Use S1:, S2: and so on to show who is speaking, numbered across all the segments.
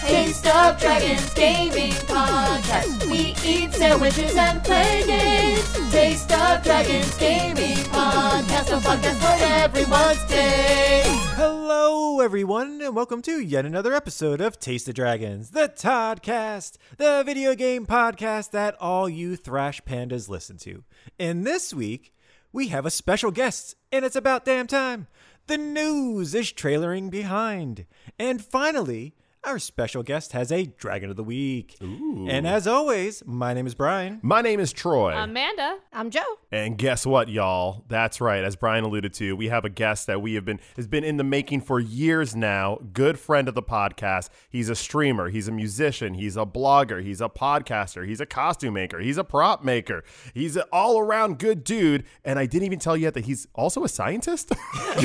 S1: Taste of Dragons Gaming Podcast. We eat sandwiches and play games. Taste of Dragons Gaming Podcast. A podcast for everyone's taste.
S2: Hello, everyone, and welcome to yet another episode of Taste the Dragons, the Toddcast, the video game podcast that all you thrash pandas listen to. And this week, we have a special guest, and it's about damn time. The news is trailering behind. And finally, our special guest has a Dragon of the Week. And as always, my name is Brian.
S3: My name is Troy.
S4: Amanda.
S5: I'm Joe.
S3: and guess what, y'all? That's right. As Brian alluded to, we have a guest that we have been has been in the making for years now. Good friend of the podcast. He's a streamer, he's a musician, he's a blogger, he's a podcaster, he's a costume maker, he's a prop maker. He's an all-around good dude, and I didn't even tell you yet that he's also a scientist.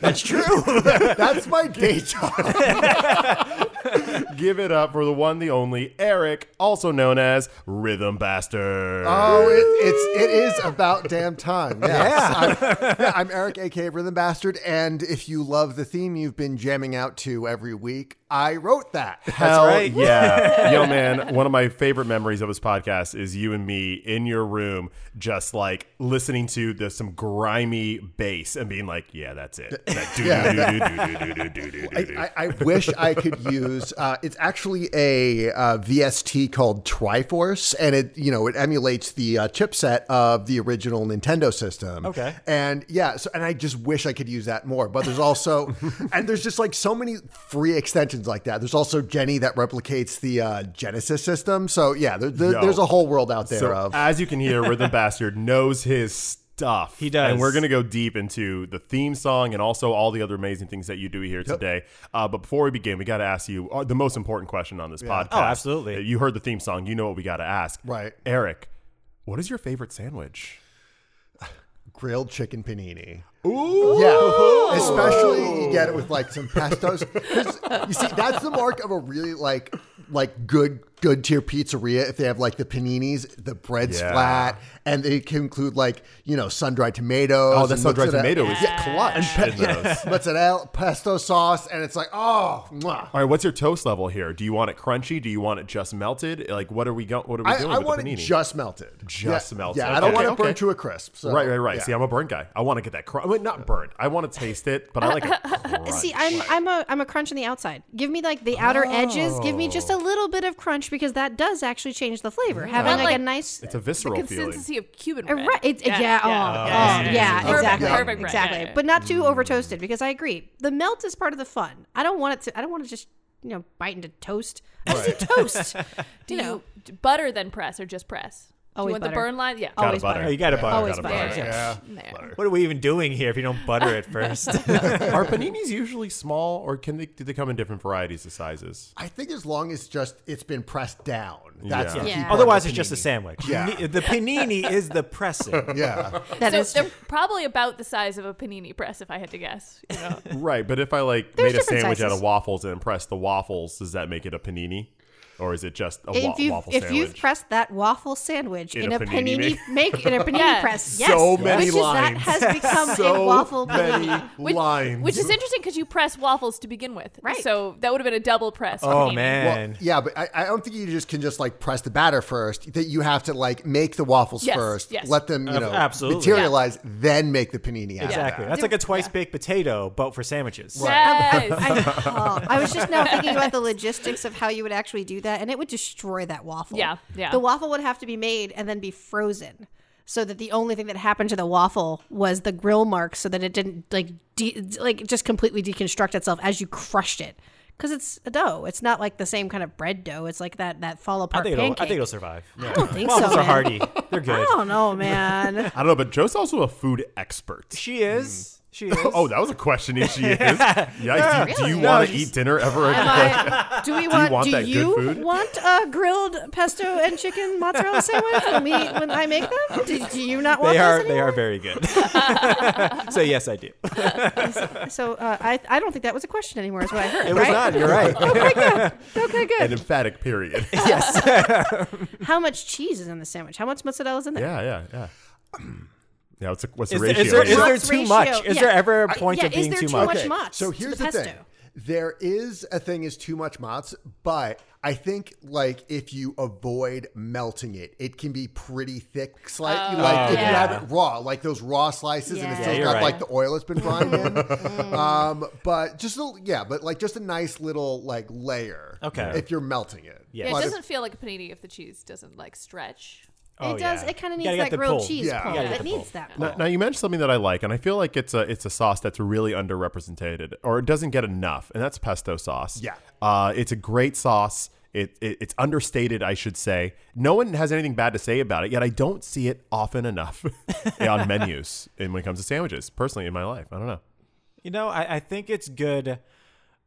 S2: That's true.
S3: That's my day job. Give it up for the one, the only Eric, also known as Rhythm Bastard.
S6: Oh, it, it's it is about damn time. Yes.
S2: Yeah.
S6: I'm, yeah, I'm Eric, aka Rhythm Bastard, and if you love the theme you've been jamming out to every week, I wrote that.
S3: Hell
S2: right.
S3: yeah. Yo, man, one of my favorite memories of this podcast is you and me in your room, just like listening to the, some grimy bass and being like, yeah, that's it. That do- do- do- do- do- do- do- do- do- do-
S6: I, I, I wish I could use. Uh, it's actually a uh, VST called Triforce, and it you know it emulates the uh, chipset of the original Nintendo system.
S2: Okay.
S6: and yeah, so and I just wish I could use that more. But there's also, and there's just like so many free extensions like that. There's also Jenny that replicates the uh, Genesis system. So yeah, there, there,
S3: Yo.
S6: there's a whole world out there
S3: So,
S6: of
S3: as you can hear, Rhythm Bastard knows his stuff.
S2: He does.
S3: And we're going to go deep into the theme song and also all the other amazing things that you do here today. Uh, but before we begin, we got to ask you uh, the most important question on this podcast.
S2: Oh, absolutely.
S3: You heard the theme song. You know what we got to ask.
S6: Right.
S3: Eric, what is your favorite sandwich?
S6: grilled chicken panini. Ooh. Yeah. Especially you get it with like some pestos. 'Cause, You see, that's the mark of a really like like good good tier pizzeria if they have like the paninis, the bread's
S3: Yeah.
S6: flat, and they can include like, you know, sun dried tomatoes.
S3: Oh, that
S6: and
S3: sun-dried
S6: mozzarella-
S3: tomato is clutch in those.
S6: Mozzarella, pesto sauce, and it's like, oh, mwah.
S3: All right, what's your toast level here? Do you want it crunchy? Do you want it just melted? Like, what are we going? What are we
S6: I,
S3: doing
S6: I
S3: with
S6: want
S3: the
S6: it
S3: panini?
S6: just melted.
S3: Just
S6: yeah,
S3: melted.
S6: Yeah, I don't
S3: Okay,
S6: want it
S3: okay.
S6: burned to a crisp. So,
S3: right, right, right.
S6: yeah.
S3: See, I'm a burn guy. I want to get that crunch. not burnt. I want to taste it, but I like it. crunch.
S5: See, I'm I'm a I'm a crunch on the outside. Give me like the outer edges. Give me
S3: Oh.
S5: just a little bit of crunch because that does actually change the flavor. Having
S4: Not
S5: like,
S4: like-
S5: a nice
S3: It's a visceral feeling.
S4: Consistency of Cuban
S5: a
S4: bread.
S5: re- it's, yeah, oh, oh, yeah,
S4: Perfect,
S5: exactly,
S4: perfect bread.
S5: exactly.
S4: Yeah, yeah, yeah.
S5: But not
S3: Mm-hmm.
S5: too over toasted because I agree. The melt is part of the fun. I don't want it to. I don't want to just you know bite into toast. I just do toast.
S4: Do you d- butter then press or just press? do
S5: Always
S4: you want
S5: butter.
S4: the burn line? Yeah.
S5: Always
S3: Gotta butter.
S2: Oh, you got to butter.
S5: Always
S3: Gotta
S5: butter.
S3: butter.
S4: Yeah.
S2: What are we even doing here if you don't butter it first?
S3: Are paninis usually small, or can they? Do they come in different varieties of sizes?
S6: I think as long as just it's been pressed down. That's
S3: Yeah.
S6: the key
S5: Yeah.
S6: part of
S2: Otherwise,
S6: the
S2: it's just a
S6: panini.
S2: sandwich.
S6: Yeah.
S2: You need- The panini is the pressing.
S6: Yeah.
S5: That
S4: so
S5: is
S4: they're probably about the size of a panini press, if I had to guess. You know?
S3: Right, but if I like
S5: There's
S3: made a
S5: different
S3: sandwich out
S5: sizes.
S3: of waffles and pressed the waffles, does that make it a panini, or is it just a wa-
S5: if you
S3: waffle
S5: if
S3: sandwich?
S5: you've pressed that waffle sandwich in, a, panini,
S3: ma-
S5: make in a panini
S4: Yeah.
S5: press, yes,
S3: So many
S5: which
S3: lines.
S5: Is, that has become
S3: so
S5: a waffle
S3: many
S5: panini.
S4: Which,
S3: lines,
S4: which is interesting because you press waffles to begin with.
S5: Right.
S4: So that would have been a double press.
S2: Oh
S4: panini.
S2: man,
S6: Well, yeah, but I, I don't think you just can just like press the batter first. That you have to like make the waffles
S4: Yes,
S6: first,
S4: yes.
S6: let them you
S2: Ab-
S6: know
S2: absolutely.
S6: materialize, then make the panini. After
S2: exactly.
S6: that.
S2: That's like a twice baked potato, but for sandwiches.
S4: Yes.
S5: I, oh, I was just now thinking about the logistics of how you would actually do that, and it would destroy that waffle.
S4: Yeah, yeah.
S5: The waffle would have to be made and then be frozen, so that the only thing that happened to the waffle was the grill marks, so that it didn't like de- like just completely deconstruct itself as you crushed it. Because it's a dough. It's not like the same kind of bread dough. It's like that that fall
S2: I
S5: apart
S2: think it'll.
S5: pancake.
S2: I think it'll survive. Yeah.
S5: I don't think
S2: Waffles
S5: so.
S2: are
S5: man.
S2: hardy. They're
S5: I
S2: good.
S5: don't know, man.
S3: I don't know, but Joe's also a food expert.
S2: She is. She is.
S3: Oh, that was a question. If she is, yeah, do, do you
S5: Really?
S3: want
S2: No,
S3: to
S2: she's-
S3: eat dinner ever again?
S5: But do we want?
S3: want
S5: Do you
S3: that
S5: want,
S3: good food?
S5: a grilled pesto and chicken mozzarella sandwich when we when I make them? Do, do you not want
S2: they are.
S5: those
S2: They are
S5: anymore?
S2: very good. so yes, I do. It
S5: So uh, I I don't think that was a question anymore. Is what I heard.
S2: was
S5: right?
S2: not. You're right.
S5: Okay,
S3: An
S5: good.
S3: emphatic period. yeah,
S5: How much cheese is in the sandwich? How much mozzarella is in there?
S3: yeah, yeah. Yeah, what's the, what's the
S2: Is, there-
S3: ratio?
S2: is there, is
S3: here?
S2: there
S5: What's
S2: too
S5: ratio?
S2: much? Is
S5: Yeah.
S2: there ever a point
S5: yeah,
S2: of being
S5: is there
S2: too
S5: too
S2: much?
S5: much mozz
S6: So
S5: to
S6: here's
S5: the
S6: the,
S5: pesto?
S6: thing. There is a thing is too much matz, but I think like if you avoid melting it, it can be pretty thick slightly. like if you
S4: Oh, yeah.
S6: have it raw, like those raw slices, and it's
S5: Yeah.
S6: still
S5: Yeah,
S2: you're
S6: got like
S2: right.
S6: the oil it's been frying
S4: Mm.
S6: in. um, but just a, yeah, but like just a nice little like layer.
S2: Okay.
S6: If you're melting it,
S4: Yeah,
S6: But
S4: it
S6: if-
S4: doesn't feel like a panini if the cheese doesn't like stretch.
S2: Oh,
S5: it does.
S2: yeah.
S5: It kind of needs
S2: You gotta get
S5: that
S2: the
S5: grilled
S2: pull.
S5: cheese
S6: Yeah.
S5: pull.
S2: You gotta get
S5: It
S2: the
S5: needs
S2: pull.
S5: that pull.
S3: Now, now you mentioned something that I like, and I feel like it's a it's a sauce that's really underrepresented or it doesn't get enough, and that's pesto sauce.
S6: Yeah.
S3: uh, it's a great sauce. It, it it's understated, I should say. No one has anything bad to say about it, yet I don't see it often enough on menus and when it comes to sandwiches. Personally, in my life, I don't know.
S2: You know, I, I think it's good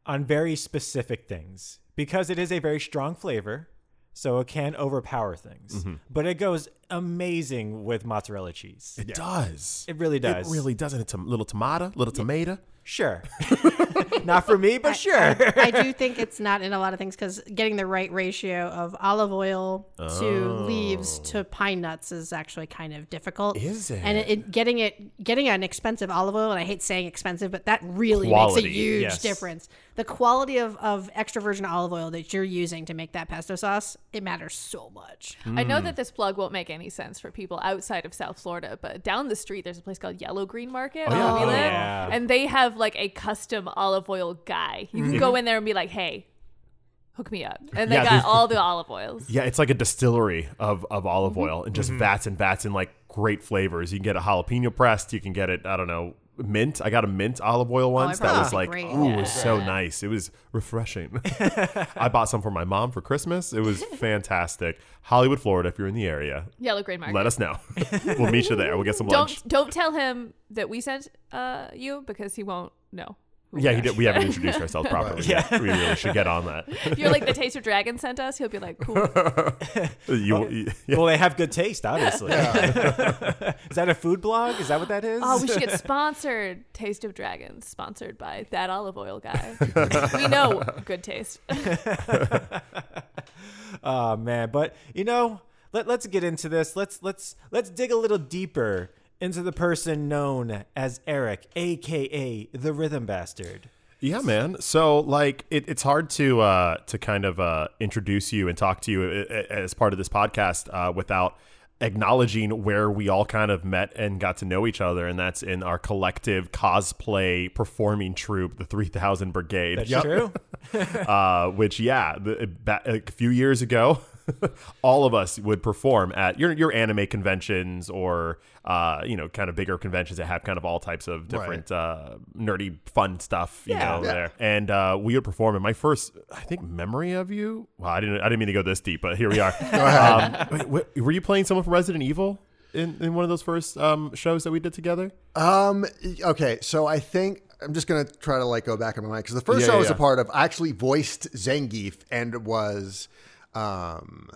S2: on very specific things because it is a very strong flavor, so it can overpower things. But it goes amazing with mozzarella cheese.
S3: It does.
S2: It really does.
S3: It really does. And it's a little tomato, little tomato.
S2: Sure. Not for me, but sure.
S5: I do think it's not in a lot of things because getting the right ratio of olive oil to leaves to pine nuts is actually kind of difficult.
S3: Is it?
S5: And it, it- getting it getting an expensive olive oil, and I hate saying expensive, but that really
S3: Quality,
S5: makes a huge
S2: yes.
S5: difference. The quality of, of extra virgin olive oil that you're using to make that pesto sauce, it matters so much.
S4: I
S3: Hmm.
S4: know that this plug won't make any sense for people outside of South Florida, but down the street there's a place called Yellow Green Market where
S3: yeah.
S4: we
S3: Oh,
S4: live,
S2: yeah.
S4: and they have like a custom olive oil guy. You can go in there and be like, "Hey, hook me up," and they
S3: Mm-hmm. Yeah,
S4: got
S3: there's-
S4: all the olive oils.
S3: Yeah, it's like a distillery of, of olive oil and just vats and vats and like great flavors. You can get a jalapeno pressed. You can get it. I don't know mint. I got a mint olive oil once that
S5: probably
S3: was
S5: did
S3: like
S5: great.
S3: ooh, it was so nice. It was refreshing. I bought some for my mom for Christmas. It was fantastic. Hollywood, Florida. If you're in the area,
S4: Yellow Green Market.
S3: let us know. we'll meet you there. We'll get some lunch.
S4: don't don't tell him that we sent uh, you because he won't know. who we
S3: yeah, he
S4: are.
S3: did, we haven't introduced ourselves properly.
S2: Yeah.
S3: yet. we really should get on that.
S4: If you're like the Taste of Dragon sent us, he'll be like, "Cool."
S3: You, you-
S2: Well, they have good taste, obviously. is that a food blog? Is that what that is?
S4: Oh, we should get sponsored. Taste of Dragons, sponsored by that olive oil guy. we know good taste.
S2: Oh man, but you know, let, let's get into this. Let's let's let's dig a little deeper into the person known as Eric, aka the Rhythm Bastard.
S3: Yeah, man. So like, it, it's hard to uh, to kind of uh, introduce you and talk to you a- a- as part of this podcast uh, without acknowledging where we all kind of met and got to know each other, and that's in our collective cosplay performing troupe, the Three Thousand Brigade.
S2: That's
S3: Yep.
S2: true.
S3: uh, which yeah, the, ba- a few years ago, all of us would perform at your your anime conventions or uh, you know kind of bigger conventions that have kind of all types of different uh, nerdy fun stuff. You
S2: Yeah.
S3: know
S6: Yeah.
S3: there, and uh, we would perform. And my first, I think, memory of you. Well, I didn't I didn't mean to go this deep, but here we are. um, wait, what- were you playing someone from Resident Evil? In, in one of those first um, shows that we did together,
S6: Um. Okay. So I think I'm just gonna try to like go back in my mind because the first
S3: Yeah,
S6: show I
S3: yeah,
S6: was
S3: yeah.
S6: a part of I actually voiced Zangief and was, um,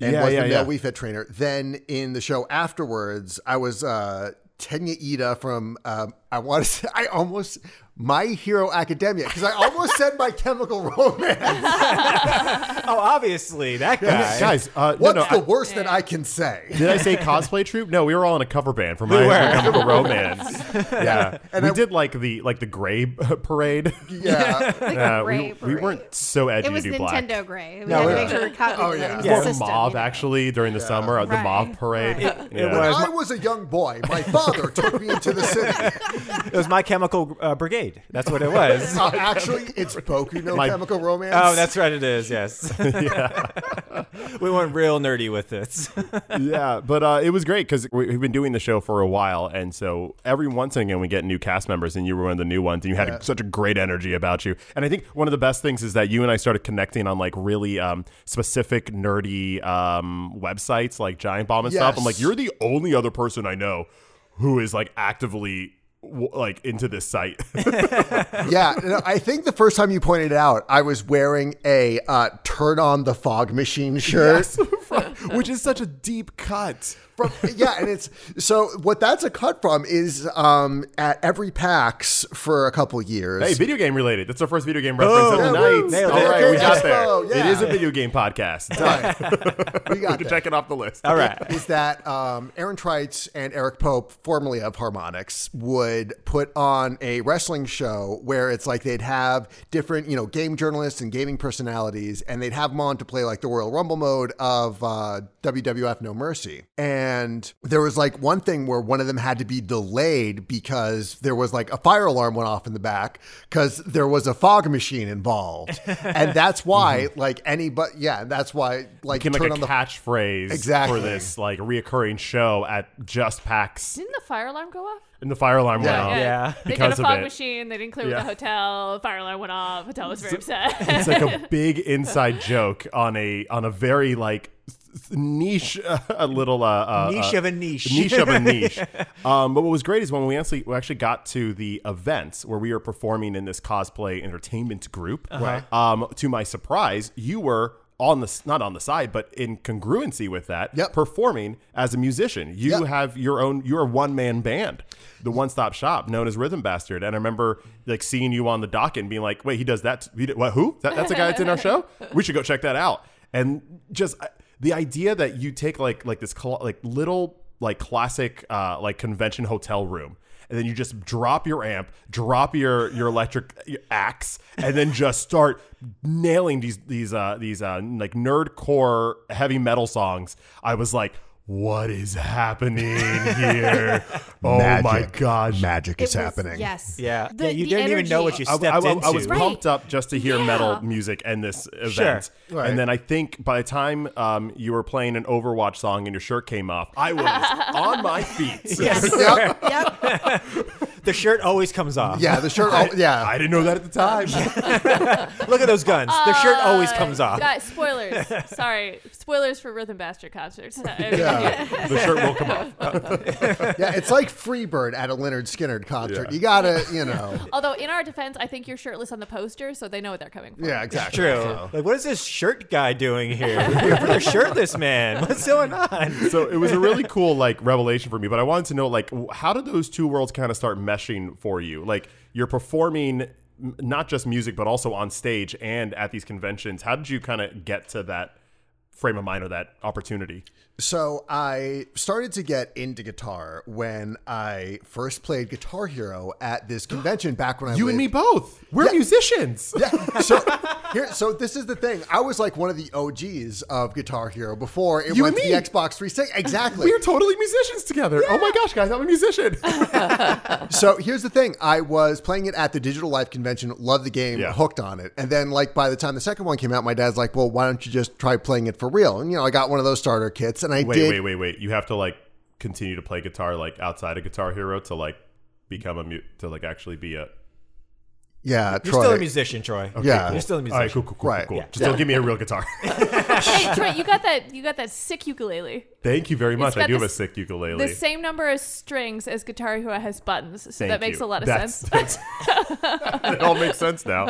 S6: and
S3: Yeah,
S6: was
S3: yeah,
S6: the male
S3: yeah.
S6: Wii Fit trainer. Then in the show afterwards, I was uh Tenya Ida from um I want to say I almost My Hero Academia because I almost said My Chemical Romance.
S2: oh, obviously that guy.
S3: guys. Uh,
S6: What's
S3: no, no,
S6: the worst that I can say?
S3: Did I say cosplay troupe? No, we were all in a cover band from My Hero Chemical Romance. Yeah,
S6: And
S3: we
S6: I-
S3: did like the like the gray uh, parade.
S6: Yeah.
S3: Uh, we,
S5: Gray
S3: we
S5: parade.
S3: weren't so edgy
S5: It was
S3: to do
S5: Nintendo
S3: black.
S5: gray. We
S6: No,
S5: had to
S6: it-
S5: make sure we caught
S6: oh,
S5: it.
S6: yeah.
S5: It was
S2: Yeah.
S5: a
S3: Or
S5: system,
S3: mauve
S5: you know.
S3: actually during the summer, uh, the
S5: Right,
S3: mauve parade.
S5: right.
S2: It
S3: Yeah.
S2: was
S6: I was a young boy. My father took me into the city.
S2: It was my Chemical uh, Brigade. That's what it was.
S6: Uh, actually, it's Boku no
S3: My-
S6: Chemical Romance.
S2: Oh, that's right. It is. Yes. we went real nerdy with this.
S3: yeah, but uh, it was great because we, we've been doing the show for a while, and so every once in a again we get new cast members, and you were one of the new ones, and you had such a great energy about you. And I think one of the best things is that you and I started connecting on like really um, specific nerdy um, websites like Giant Bomb and stuff. I'm like,
S6: Yes.
S3: you're the only other person I know who is like actively w- like into this site.
S6: yeah, no, I think the first time you pointed it out, I was wearing a uh, turn on the fog machine shirt.
S3: which is such a deep cut.
S6: from yeah and it's so what that's a cut from is um at every pax for a couple years
S3: Hey, video game related. That's our first video game reference
S2: Boom.
S3: of
S2: Yeah,
S3: the
S2: woo.
S3: night.
S2: Nailed
S3: All
S2: it.
S3: right,
S6: Okay,
S3: we got there.
S6: Expo, yeah.
S3: It is a video game podcast.
S6: Done. we
S3: we
S6: got
S3: can
S6: that.
S3: check it off the list.
S2: All right.
S6: is that um, Aaron Trites and Eric Pope, formerly of Harmonix, would put on a wrestling show where it's like they'd have different, you know, game journalists and gaming personalities, and they'd have them on to play like the Royal Rumble mode of uh, WWF No Mercy. And there was like one thing where one of them had to be delayed because there was like a fire alarm went off in the back because there was a fog machine involved, and that's why like any but yeah, that's why like
S3: Can
S6: turn
S3: like a
S6: on the
S3: catchphrase
S6: Exactly.
S3: for this like reoccurring show at just PAX,
S4: Didn't the fire alarm go off?
S3: and the fire alarm
S6: Yeah.
S3: went off.
S2: Yeah.
S4: They
S3: Because
S4: did a
S3: of
S4: fog
S3: it.
S4: machine. They didn't clear
S3: Yeah.
S4: the hotel. Fire alarm went off. Hotel was very upset.
S3: It's like a big inside joke on a on a very like th- niche uh, a little uh, uh
S2: Niche
S3: uh,
S2: of a niche.
S3: niche of a niche. Um, but what was great is when we actually we actually got to the events where we were performing in this cosplay entertainment group. Right. Um, to my surprise, you were on the s- not on the side, but in congruency with that,
S6: Yep.
S3: performing as a musician. You
S6: Yep.
S3: have your own. You're a one man band, the one stop shop known as Rhythm Bastard. And I remember like seeing you on the docket and being like, "Wait, he does that? t- He did, what? Who? That, that's a guy that's in our show. We should go check that out." And just uh, the idea that you take like like this cl- like little like classic uh, like convention hotel room. And then you just drop your amp, drop your your electric your axe, and then just start nailing these these uh, these uh, like nerdcore heavy metal songs. I was like, "What is happening here? oh my
S6: Magic.
S3: gosh!"
S6: magic is
S5: It was-
S6: happening.
S5: Yes.
S2: Yeah.
S5: The-
S2: yeah you
S5: the
S2: didn't even know
S5: energy.
S2: what you
S3: I,
S2: stepped
S3: I- I-
S2: into.
S3: I was
S5: Right.
S3: pumped up just to hear
S4: Yeah.
S3: metal music and this event.
S6: Right.
S3: And then I think by the time um, you were playing an Overwatch song and your shirt came off, I was on my feet.
S2: Yes.
S6: Yep.
S5: Yep.
S2: the shirt always comes off.
S6: Yeah, the shirt. al- yeah,
S3: I didn't know that at the time.
S2: Look at those guns. The shirt always
S4: Uh,
S2: comes off.
S4: Guys, spoilers. Sorry, spoilers for Rhythm Bastard concerts.
S6: Yeah.
S3: the shirt will come off.
S6: yeah, it's like Freebird at a Leonard Skinner concert.
S3: Yeah.
S6: You gotta, you know.
S4: Although in our defense, I think you're shirtless on the poster, so they know what they're coming for.
S6: Yeah, exactly.
S2: True. Like, what is this shirt guy doing here? We're the shirtless man. What's going on?
S3: So it was a really cool like revelation for me. But I wanted to know like w- how did those two worlds kind of start meshing for you? Like you're performing m- not just music but also on stage and at these conventions. How did you kind of get to that frame of mind or that opportunity?
S6: So I started to get into guitar when I first played Guitar Hero at this convention back when I lived-
S3: both. We're musicians.
S6: Yeah. So here, so this is the thing. I was like one of the OGs of Guitar Hero before it
S3: You
S6: went
S3: and
S6: to the
S3: me.
S6: Xbox 360. Exactly.
S3: We're totally musicians together. Oh my gosh, guys, I'm a musician.
S6: So here's the thing. I was playing it at the Digital Life convention, loved the game,
S3: Yeah.
S6: hooked on it. And then like by the time the second one came out, my dad's like, Well, why don't you just try playing it for real? And you know, I got one of those starter kits and I
S3: wait,
S6: did
S3: wait, wait, wait. You have to like continue to play guitar like outside of Guitar Hero to like become a mute to like actually be a
S6: Yeah,
S2: You're
S6: Troy.
S2: still a musician, Troy.
S6: Yeah.
S2: You're still a musician.
S3: All right, cool, cool, cool,
S6: Right.
S3: cool.
S6: Yeah.
S3: Just don't give me a real guitar.
S4: Hey, Troy, you got that? You got that sick ukulele.
S3: Thank you very much. I
S4: got
S3: do have a
S4: this-
S3: sick ukulele.
S4: The same number of strings as Guitar Hero has buttons, so
S3: Thank
S4: that makes
S3: you.
S4: a lot of
S3: That's-
S4: sense.
S3: that's- it all makes sense now.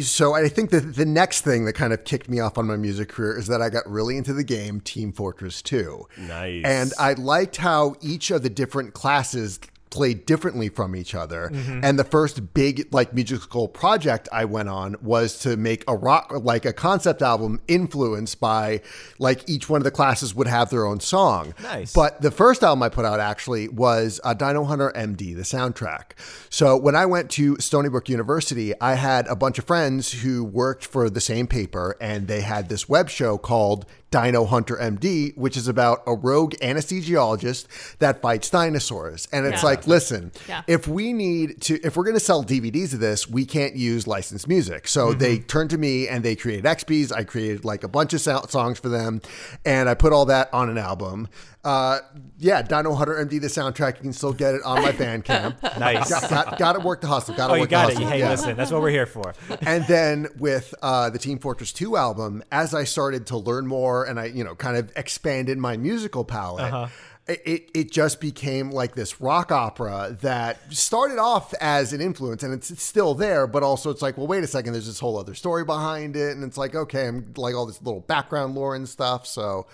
S6: So I think that the next thing that kind of kicked me off on my music career is that I got really into the game Team Fortress 2.
S3: Nice.
S6: And I liked how each of the different classes played differently from each other. And the first big like musical project I went on was to make a rock like a concept album influenced by like each one of the classes would have their own song.
S2: Nice.
S6: But but the first album I put out actually was uh, Dino Hunter MD, the soundtrack. So when I went to Stony Brook University, I had a bunch of friends who worked for the same paper, and they had this web show called Dino Hunter MD, which is about a rogue anesthesiologist that fights dinosaurs. And it's
S4: Yeah.
S6: like, listen,
S4: Yeah.
S6: if we need to, if we're going to sell DVDs of this, we can't use licensed music. So
S4: Mm-hmm.
S6: they turned to me and they created XBs. I created like a bunch of sou- songs for them, and I put all that on an album. Uh, yeah, Dino Hunter MD, the soundtrack. You can still get it on my Bandcamp.
S2: Nice.
S6: Got, got, to work the hustle. Got to
S2: Oh, you
S6: work
S2: got
S6: the
S2: it.
S6: hustle.
S2: Hey,
S6: Yeah
S2: listen, that's what we're here for. Uh,
S6: and then with uh, the Team Fortress 2
S2: Uh-huh.
S6: album, as I started to learn more and I, you know, kind of expanded my musical palette, it- it it just became like this rock opera that started off as an influence and it's, it's still there but also it's like well wait a second there's this whole other story behind it and it's like okay i'm like all this little background lore and stuff so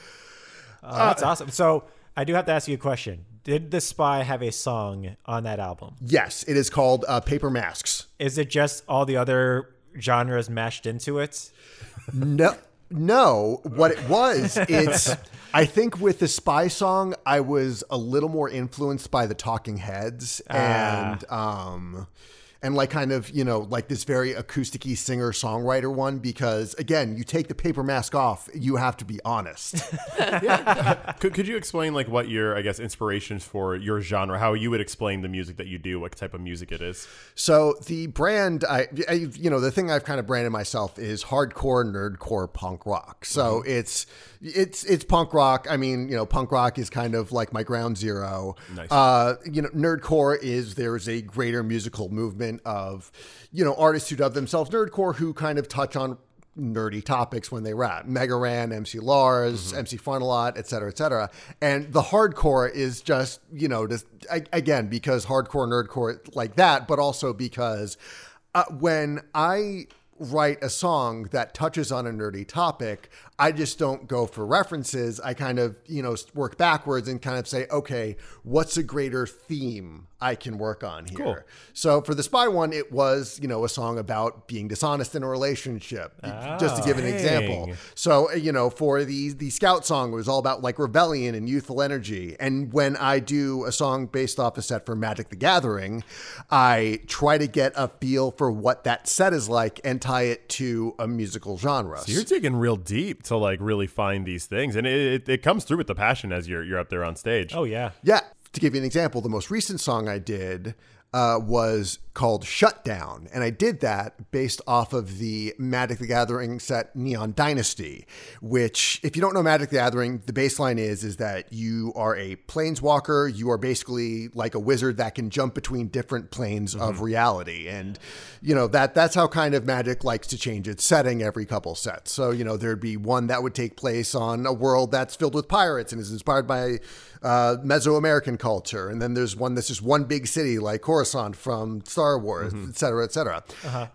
S2: Oh,
S3: Uh,
S2: that's awesome. So I do have to ask you a question. Did the spy have a song on that album?
S6: yes it is called uh, paper masks
S2: Is it just all the other genres mashed into it?
S6: No, no. What it was, it's. I think with the spy song, I was a little more influenced by the Talking Heads and um, and like kind of you know like this very acousticy singer songwriter one because again, you take the paper mask off, you have to be honest.
S3: Could, could you explain like what your I guess inspirations for your genre? How you would explain the music that you do? What type of music it is?
S6: So the brand, I, I you know, the thing I've kind of branded myself is hardcore nerdcore punk rock. So it's it's it's punk rock. I mean, you know, punk rock is kind of like my ground zero.
S3: Nice.
S6: Uh, you know, nerdcore is there's a greater musical movement of you know artists who dub themselves nerdcore who kind of touch on nerdy topics when they rap. Megaran, MC Lars, MC Funalot, et cetera, et cetera. And the hardcore is just, you know, just I, again, because hardcore, nerdcore like that, but also because uh, when I write a song that touches on a nerdy topic, I just don't go for references. I kind of, you know, work backwards and kind of say, okay, what's a greater theme I can work on here? So for the spy one, it was, you know, a song about being dishonest in a relationship, just to give an example. So, uh, you know, for the the scout song it was all about like rebellion and youthful energy. And when I do a song based off a set for Magic the Gathering, I try to get a feel for what that set is like and tie it to a musical genre.
S3: You're digging real deep to like really find these things, and it, it, it comes through with the passion as you're you're up there on stage.
S2: Oh yeah.
S6: Yeah. To give you an example, the most recent song I did uh, was called Shutdown. And I did that based off of the Magic the Gathering set Neon Dynasty, which, if you don't know Magic the Gathering, the baseline is, is that you are a planeswalker. You are basically like a wizard that can jump between different planes of reality. And, you know, that that's how kind of Magic likes to change its setting every couple sets. So, you know, there'd be one that would take place on a world that's filled with pirates and is inspired by uh, Mesoamerican culture, and then there's one that's just one big city like Coruscant from Star Wars, et cetera, et cetera.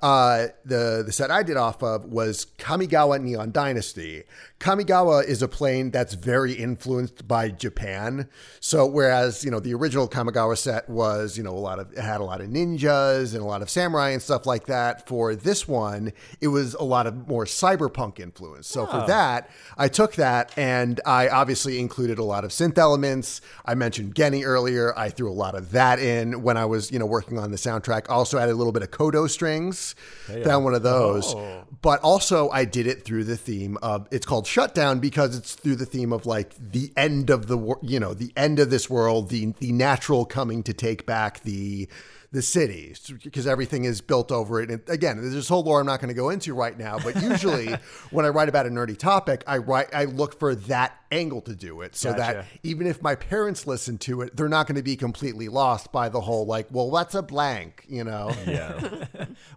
S6: Uh, the the set I did off of was Kamigawa Neon Dynasty. Kamigawa is a plane that's very influenced by Japan. So whereas you know the original Kamigawa set was you know a lot of it had a lot of ninjas and a lot of samurai and stuff like that. For this one, it was a lot of more cyberpunk influence. So for that, I took that and I obviously included a lot of synth elements. I mentioned Genny earlier. I threw a lot of that in when I was, you know, working on the soundtrack. Also added a little bit of Kodo strings, down one of those. But also I did it through the theme of it's called Shutdown because it's through the theme of like the end of the wor- you know, the end of this world, the the natural coming to take back the the city because everything is built over it. And again, there's this whole lore I'm not going to go into right now, but usually when I write about a nerdy topic, I write I look for that angle to do it so that even if my parents listen to it, they're not going to be completely lost by the whole like, well, what's a blank, you know?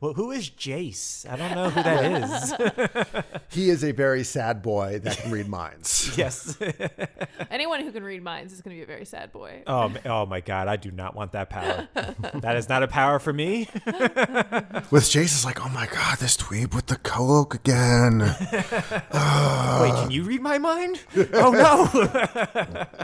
S2: Well, who is Jace? I don't know who that is.
S6: he is a very sad boy that can read minds.
S2: yes.
S4: Anyone who can read minds is going to be a very sad boy.
S2: Oh, ma- oh my God! I do not want that power. that is not a power for me.
S6: With Jace is like, oh my god, this tweeb with the coke again.
S2: Wait, can you read my mind? Oh no.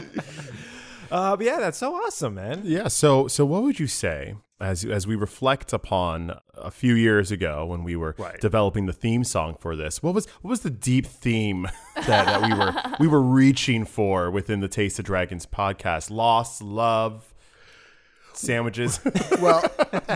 S2: uh, but yeah, that's so awesome, man.
S3: Yeah. So, so what would you say as as we reflect upon a few years ago when we were
S6: Right.
S3: developing the theme song for this? What was what was the deep theme that, that we were we were reaching for within the Taste of Dragons podcast? Loss, love, sandwiches.
S6: well,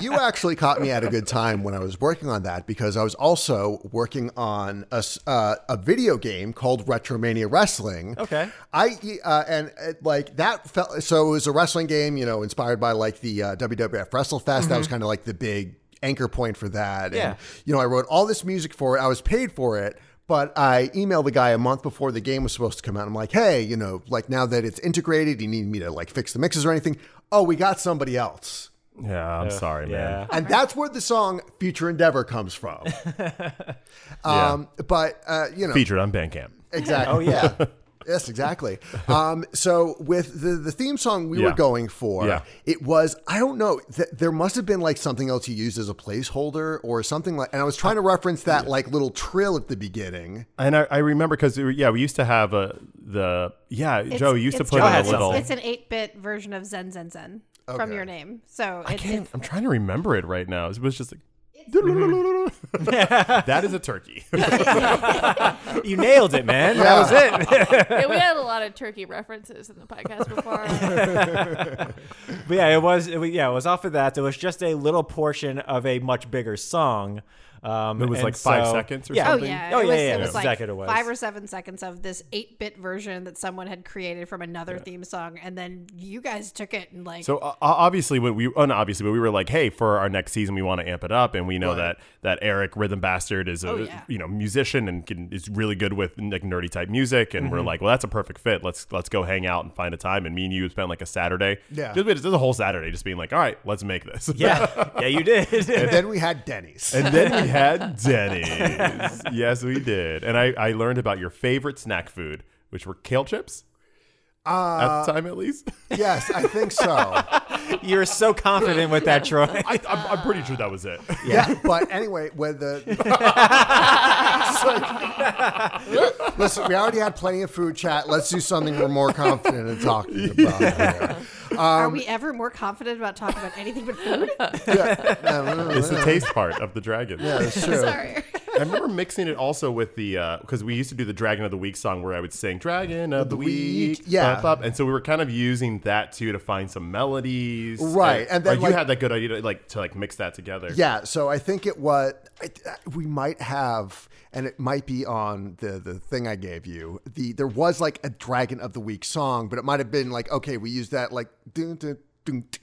S6: you actually caught me at a good time when I was working on that because I was also working on a, s- uh, a video game called Retromania Wrestling.
S2: Okay.
S6: I uh, and uh, like that felt so it was a wrestling game, you know, inspired by like the uh, WWF WrestleFest. That was kind of like the big anchor point for that.
S2: Mm-hmm. Yeah.
S6: And, you know, I wrote all this music for it. I was paid for it. But I emailed the guy a month before the game was supposed to come out. I'm like, hey, you know, like now that it's integrated, you need me to like fix the mixes or anything. Oh, we got somebody else.
S3: yeah, I'm sorry, man.
S6: And that's where the song Future Endeavor comes from. um, But, uh, you know,
S3: Featured on Bandcamp.
S6: exactly.
S2: Oh yeah.
S6: Yes, exactly. Um, so with the, the theme song we
S3: Yeah.
S6: were going for,
S3: Yeah.
S6: it was I don't know. Th- there must have been like something else you used as a placeholder or something like. And I was trying to reference that like little trill at the beginning.
S3: And I, I remember because yeah, we used to have a the yeah Joe you used to
S5: it's
S3: put in
S5: Joe
S3: a
S5: has
S3: little.
S5: It's an eight-bit version of Zen Zen Zen from
S6: Okay.
S5: your name. So
S3: I
S5: it's,
S3: can't.
S5: it's
S3: I'm trying to remember it right now. It was just like. that is a turkey.
S2: You nailed it, man.
S6: Uh,
S2: That was it.
S4: Yeah, we had a lot of turkey references in the podcast before.
S2: But yeah, it was. It, was- yeah, it was off of that. There was just a little portion of a much bigger song. Um,
S3: It was
S2: and
S3: like five
S2: so-
S3: seconds or
S2: yeah.
S5: Oh
S3: something.
S5: yeah,
S2: Oh,
S5: it
S2: yeah,
S5: was,
S2: yeah,
S5: It
S2: yeah.
S5: was like
S2: Exactly what it was.
S5: five or seven seconds of this eight-bit version that someone had created from another theme song, and then you guys took it and like
S3: So uh, obviously, what we uh, not obviously, but we were like, hey, for our next season, we want to amp it up, and we know that that Eric Rhythm Bastard is a
S5: yeah.
S3: you know musician and can, is really good with like nerdy type music, and we're like, well, that's a perfect fit. Let's let's go hang out and find a time. And me and you spent like a Saturday,
S6: Yeah.
S3: just, just a whole Saturday, just being like, all right, let's make this.
S2: Yeah, yeah, you did.
S6: And then we had Denny's.
S3: And then we had Denny's. yes, we did. And I, I learned about your favorite snack food, which were kale chips
S6: uh,
S3: at the time, at least.
S6: yes, I think so.
S2: you were so confident with that, Troy.
S3: I, I'm, I'm pretty sure that was it.
S6: Yeah. but anyway, with the So- listen, we already had plenty of food chat. Let's do something we're more confident in talking about. here.
S5: Are we ever more confident about talking about anything but food?
S3: It's the taste part of the dragon.
S6: Yeah, that's true.
S5: Sorry.
S3: I remember mixing it also with the because we used to do the Dragon of the Week song where I would sing Dragon of the
S6: The Week,
S3: Week,
S6: yeah.
S3: bop, bop. and so we were kind of using that too to find some melodies,
S6: Right,
S3: And,
S6: and then,
S3: or
S6: like-
S3: you had that good idea to like to like mix that together.
S6: Yeah, so I think it was I, we might have, and it might be on the the thing I gave you. The there was like a Dragon of the Week song, but it might have been like okay, we used that like dun, dun, dun, dun, dun,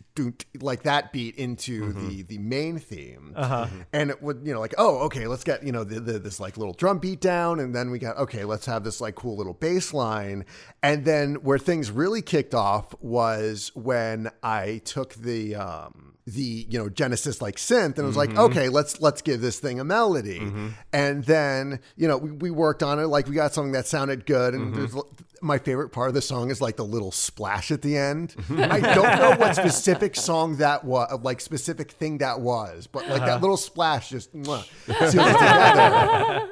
S6: like that beat into the the main theme, Mm-hmm. and it would you know like oh okay, let's get you know the, the, this like little drum beat down, and then we got okay, let's have this like cool little bass line, and then where things really kicked off was when I took the. um the you know Genesis like synth, and it was like, okay, let's let's give this thing a melody, and then you know we, we worked on it, like we got something that sounded good, and there's l- my favorite part of the song is like the little splash at the end. I don't know what specific song that was, like specific thing that was, but like that little splash just mwah, sealed it together.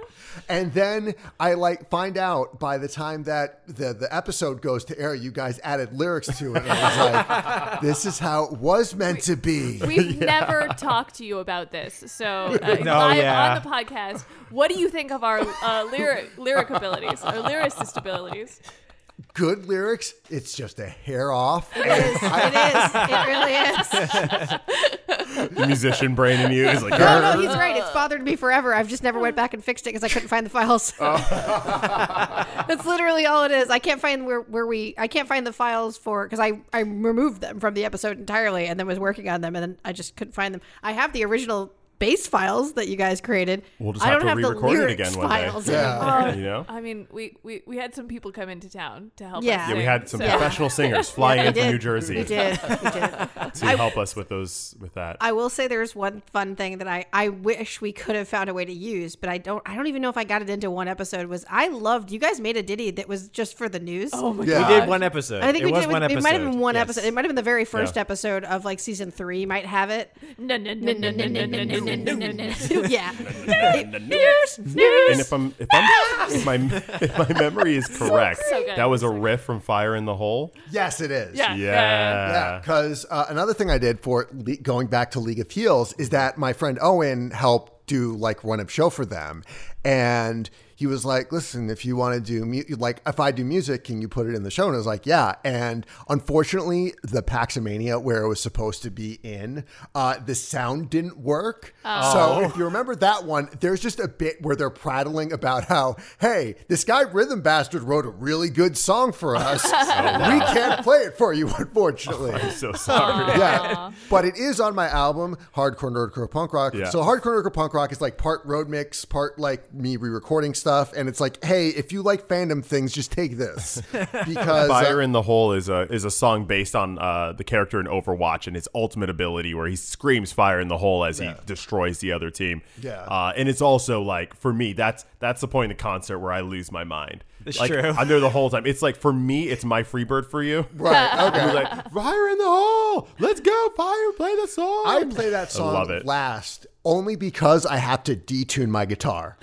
S6: And then I like find out by the time that the, the episode goes to air, you guys added lyrics to it. And I was like, this is how it was meant to be.
S4: We've never talked to you about this, so uh,
S2: No,
S4: live
S2: yeah.
S4: on the podcast, what do you think of our uh, lyric lyric abilities, our lyricist abilities?
S6: Good lyrics, it's just a hair off.
S5: It is. It really is.
S3: the musician brain in you is like,
S5: No, no, he's right. It's bothered me forever. I've just never went back and fixed it because I couldn't find the files. That's literally all it is. I can't find where, where we. I can't find the files for because I I removed them from the episode entirely and then was working on them and then I just couldn't find them. I have the original bass files that you guys created.
S3: We'll just
S5: I don't
S3: have to
S5: have
S3: re-record it
S5: the lyrics
S3: again one day.
S5: files.
S3: "Arr," you know.
S4: I mean, we, we, we had some people come into town to help
S5: Yeah.
S4: us.
S5: Yeah,
S3: We
S4: sing,
S3: had some
S4: so-
S3: professional singers flying in
S5: We
S3: from
S5: did.
S3: New Jersey
S5: We did. We did.
S3: to help us with those with that.
S5: I will say there's one fun thing that I, I wish we could have found a way to use, but I don't I don't even know if I got it into one episode. Was I loved you guys made a ditty that was just for the news.
S4: Oh my
S6: Yeah.
S4: god.
S2: We did one episode.
S5: I think
S2: it
S5: we
S2: was
S5: did. it
S2: one
S5: was-
S2: episode.
S5: it might have been one
S2: Yes.
S5: episode. It might have been the very first
S3: Yeah.
S5: episode of like season three. Might have it.
S4: No, no, no, no, no, no, no, no, no, no, no.
S5: yeah.
S3: And if I'm if I'm if my if my memory is correct,
S4: So good.
S3: that was a riff from Fire in the Hole.
S6: yes, it is.
S4: Yeah.
S6: Yeah,
S3: Yeah.
S6: because uh, another thing I did for le- going back to League of Heels is that my friend Owen helped do like one of show for them, and he was like, "Listen, if you want to do mu- like if I do music, can you put it in the show?" And I was like, "Yeah." And unfortunately, the Paxomania where it was supposed to be in, uh, the sound didn't work. So if you remember that one, there's just a bit where they're prattling about how, "Hey, this guy Rhythm Bastard wrote a really good song for us. we can't play it for you, unfortunately."
S3: I'm so sorry.
S6: Yeah, but it is on my album, Hardcore Nerdcore Punk Rock.
S3: Yeah.
S6: So Hardcore Nerdcore Punk Rock is like part road mix, part like me re-recording stuff, and it's like, hey, if you like fandom things, just take this because uh,
S3: Fire in the Hole is a is a song based on uh, the character in Overwatch and his ultimate ability, where he screams "Fire in the Hole" as he destroys the other team.
S6: Yeah.
S3: uh, and it's also like for me, that's that's the point of the concert where I lose my mind
S2: It's
S3: like
S2: true.
S3: I'm there the whole time. It's like for me, it's my free bird for you.
S6: Right. uh, Okay.
S3: You're like fire in the hole. Let's go fire. Play the song.
S6: I play that song
S3: love it.
S6: last only because I have to detune my guitar.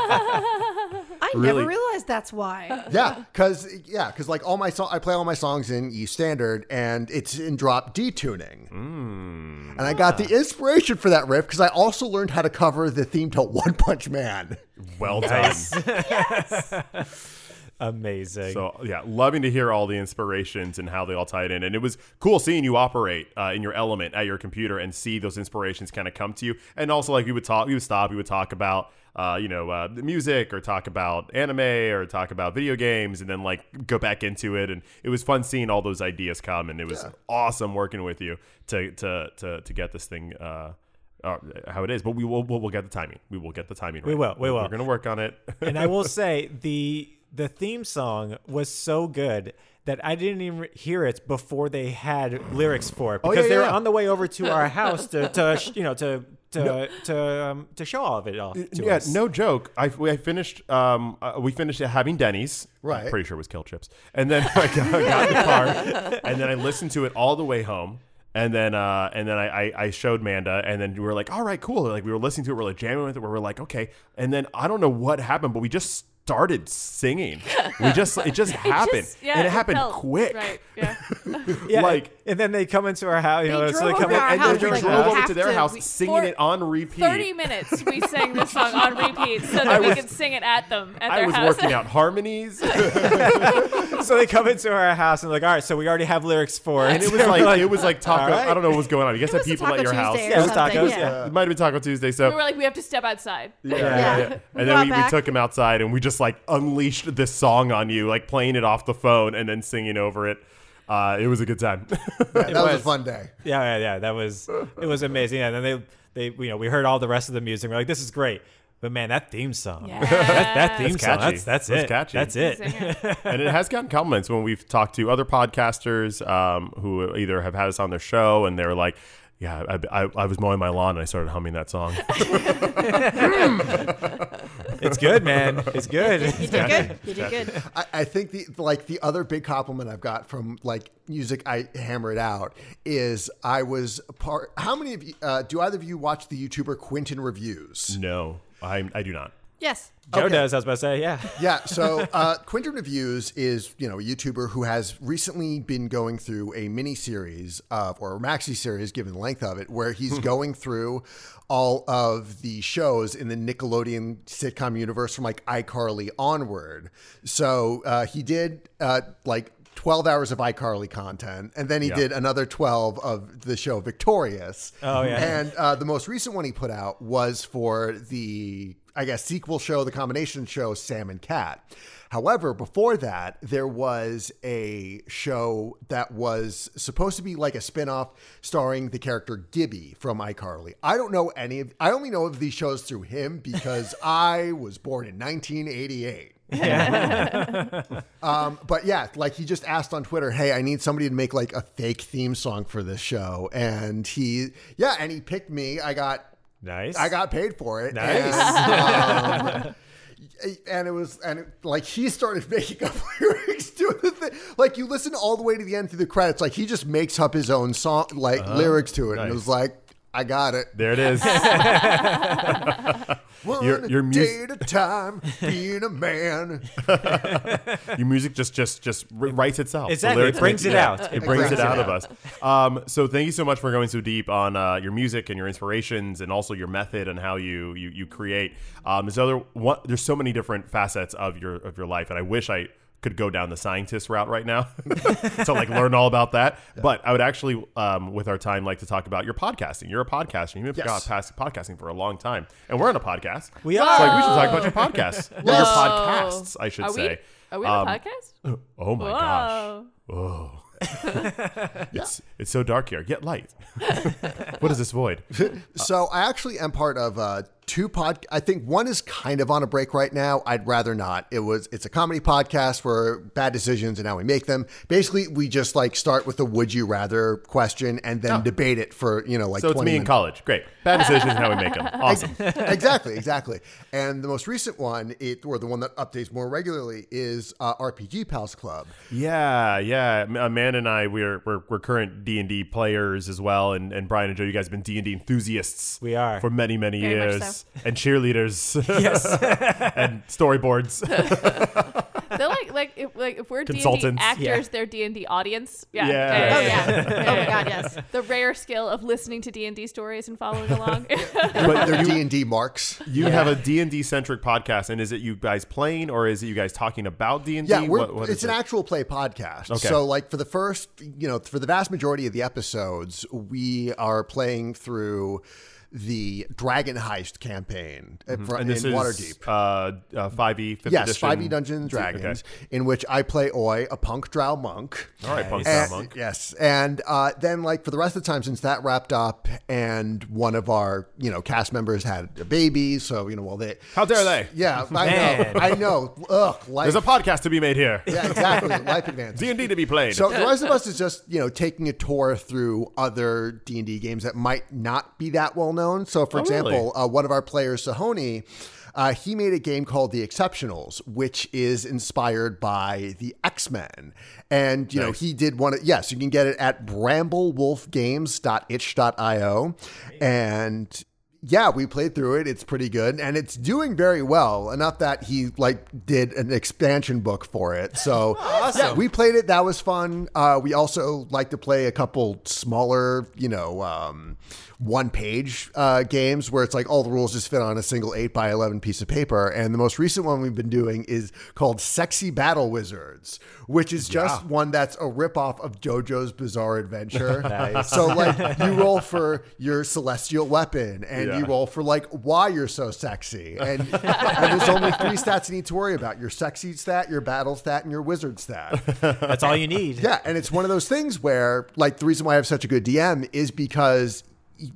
S5: I
S3: Really?
S5: never realized that's why.
S6: Yeah, because yeah, because like all my song, I play all my songs in E standard, and it's in drop detuning.
S3: Hmm.
S6: and I got
S3: Ah.
S6: the inspiration for that riff because I also learned how to cover the theme to One Punch Man.
S3: well done.
S2: Amazing.
S3: So yeah, loving to hear all the inspirations and how they all tied in, and it was cool seeing you operate uh, in your element at your computer and see those inspirations kind of come to you. And also, like we would talk, we would stop, we would talk about uh, you know uh, the music or talk about anime or talk about video games, and then like go back into it. And it was fun seeing all those ideas come, and it was awesome working with you to to to to get this thing. Uh, uh, how it is, but we will we'll, we'll get the timing. We will get the timing.
S2: We
S3: right.
S2: will, we will.
S3: We're gonna work on it.
S2: and I will say the the theme song was so good that I didn't even hear it before they had lyrics for it
S3: Oh,
S6: yeah,
S2: because they
S6: yeah,
S2: were
S6: yeah.
S2: on the way over to our house to to sh- you know to to to um, to show all of it all to
S3: yeah,
S2: us.
S3: no joke. I, we- I finished. Um, uh, we finished having Denny's.
S6: Right.
S3: I'm pretty sure it was Kill Chips. And then I got, got in the car, and then I listened to it all the way home. And then, uh, and then I, I, I showed Manda, and then we were like, "All right, cool." Like we were listening to it, we are like jamming with it. We were like, "Okay." And then I don't know what happened, but we just started singing. We just it just happened,
S4: Just- yeah,
S3: and it happened
S4: felt
S3: quick.
S4: Right. Yeah.
S2: Yeah,
S3: like-
S2: and then they come into our house, you know, so they
S5: drove
S2: come
S5: over
S2: in-
S5: our
S3: And then
S5: house,
S3: we
S5: like,
S3: drove
S5: we
S3: over
S5: have
S3: to their
S5: to-
S3: house,
S5: we-
S3: singing it on repeat.
S4: 30 minutes we sang this song on repeat so that we could sing it at them at
S3: I
S4: their
S3: was
S4: house.
S3: working out harmonies.
S2: so they come into our house and like, all right, so we already have lyrics for it.
S3: And it was like, it was like taco.
S2: All right.
S3: I don't know what was going on. You guys had
S5: was a
S3: people at
S5: Taco
S3: your house.
S5: Tuesday or
S2: yeah, it was
S5: something,
S2: tacos.
S5: yeah.
S2: Yeah.
S3: It might have been Taco Tuesday. So
S4: we were like, we have to step outside.
S5: Yeah. We
S3: and then
S5: brought
S3: we, we
S5: back-
S3: took him outside and we just like unleashed this song on you, like playing it off the phone and then singing over it. Uh, it was a good time.
S6: that was. a
S2: was.
S6: fun day.
S2: Yeah, yeah, yeah. That was it was amazing. Yeah, and then they they you know we heard all the rest of the music. We're like, this is great. But man, that theme song,
S4: Yeah.
S2: that, that theme
S3: That's
S2: song,
S3: catchy.
S2: that's that's
S3: That's
S2: it.
S3: catchy.
S2: That's it.
S4: Singer.
S3: and it has gotten compliments when we've talked to other podcasters um, who either have had us on their show and they're like, "Yeah, I, I, I was mowing my lawn and I started humming that song."
S2: It's good, man. It's good.
S5: You did good. You did good.
S6: I, I think the like the other big compliment I've got from like music I hammer it out is I was part. How many of you uh, do either of you watch the YouTuber Quentin reviews?
S3: no, I, I do not.
S5: Yes.
S2: Joe
S6: Okay.
S2: does. I was about to say, yeah.
S6: Yeah, so uh, Quinton Reviews is you know a YouTuber who has recently been going through a mini series of or a maxi series, given the length of it, where
S2: Hmm.
S6: he's going through all of the shows in the Nickelodeon sitcom universe from like iCarly onward. So uh, he did uh, like. 12 hours of iCarly content, and then he
S3: Yeah.
S6: did another 12 of the show Victorious.
S2: Oh, yeah.
S6: And uh, the most recent one he put out was for the, I guess, sequel show, the combination show, Sam and Cat. However, before that, there was a show that was supposed to be like a spinoff starring the character Gibby from iCarly. I don't know any of, I only know of these shows through him because I was born in 1988. Um, but yeah, like he just asked on Twitter, "Hey, I need somebody to make like a fake theme song for this show," and he, yeah, and he picked me. I got,
S2: Nice.
S6: I got paid for it.
S2: Nice.
S6: And, um, and it was, and it, like he started making up lyrics to the thing. Like you listen all the way to the end through the credits. Like he just makes up his own song, like lyrics to it, and it
S3: Uh-huh. nice.
S6: was like, "I got it."
S3: There it is.
S6: One
S3: Your- your mus-
S6: day at a time, being a man.
S3: Your music just just just r- writes itself. The
S2: Exactly. It
S3: lyrics
S2: brings
S3: make-
S2: it
S3: yeah,
S2: out.
S3: It brings it out
S6: Exactly.
S3: of us. Um, so thank you so much for going so deep on uh, your music and your inspirations and also your method and how you you, you create. Um, there's other one, there's so many different facets of your of your life, and I wish I could go down the scientist route right now to like learn all about that. But I would actually, um, with our time, like to talk about your podcasting. You're a podcaster. You've been
S6: Yes.
S3: past podcasting for a long time, and we're on a podcast.
S2: We
S3: So,
S2: are.
S3: like, we should talk about your podcasts. Or Your podcasts, I should
S4: Are we,
S3: say.
S4: are we on a
S3: Um,
S4: podcast?
S3: Oh my gosh.
S4: Whoa.
S3: Oh. It's it's so dark here. Get light. what is this void?
S6: So I actually am part of uh, two two pod. I think one is kind of on a break right now. I'd rather not. It was. It's a comedy podcast for bad decisions and how we make them. Basically, we just like start with the would you rather question and then debate it for you know like
S3: So it's
S6: 20
S3: me in
S6: minutes.
S3: college. Great. Bad decisions and how we make them. Awesome.
S6: exactly, exactly. And the most recent one, it or the one that updates more regularly, is uh, RPG Pals Club.
S3: Yeah, yeah. M- uh, Amanda and I we're we're, we're current D and D players as well, and, and Brian and Joe, you guys have been D and D enthusiasts.
S2: We are.
S3: for many many
S5: Very much
S3: years,
S5: so.
S3: and cheerleaders
S2: Yes.
S3: and storyboards.
S4: They're like like if, like if we're D and D
S3: Consultants.
S4: actors,
S2: Yeah.
S4: they're D and D audience. Yeah.
S3: Yeah.
S5: Oh
S3: Oh,
S5: yeah. oh my god, yes.
S4: The rare skill of listening to D and D stories and following along.
S6: But they're D and D marks.
S3: You have a D and D centric podcast, and is it you guys playing or is it you guys talking about D and D?
S6: Yeah, we're, it's an actual play podcast.
S3: Okay.
S6: So, like for the first, you know, for the vast majority of the episodes, we are playing through the Dragon Heist campaign at- fr-
S3: Mm-hmm. and
S6: in
S3: this is
S6: Waterdeep.
S3: uh five e fifth
S6: Yes,
S3: edition.
S6: Five E Dungeons and Dragons,
S3: Okay.
S6: in which I play Oi, a punk drow monk.
S3: All right, punk
S6: And-
S3: style monk.
S6: Yes, and uh, then like for the rest of the time since that wrapped up, and one of our you know cast members had a baby, so you know well they
S3: How dare they?
S6: yeah
S2: Man.
S6: I know I know ugh life
S3: There's a podcast to be made here.
S6: yeah exactly life advances.
S3: D and D to be played.
S6: So the rest of us is just you know taking a tour through other D and D games that might not be that well known. So for
S3: Oh, really?
S6: example, uh, one of our players, Sahoni. Uh, he made a game called The Exceptionals, which is inspired by the X Men, and you know
S3: Nice.
S6: he did one. Of, yes, you can get it at BrambleWolfGames.itch.io, and yeah, we played through it. It's pretty good, and it's doing very well enough that he like did an expansion book for it. So yeah, we played it. That was fun. Uh, we also like to play a couple smaller, you know, um, one-page uh, games where it's like all the rules just fit on a single eight by eleven piece of paper. And the most recent one we've been doing is called Sexy Battle Wizards, which is just one that's a ripoff of JoJo's Bizarre Adventure. So like you roll for your celestial weapon, and
S3: Yeah.
S6: you roll for like why you're so sexy, and, and there's only three stats you need to worry about: your sexy stat, your battle stat, and your wizard stat.
S2: That's all you need.
S6: Yeah, and it's one of those things where, like, the reason why I have such a good DM is because y-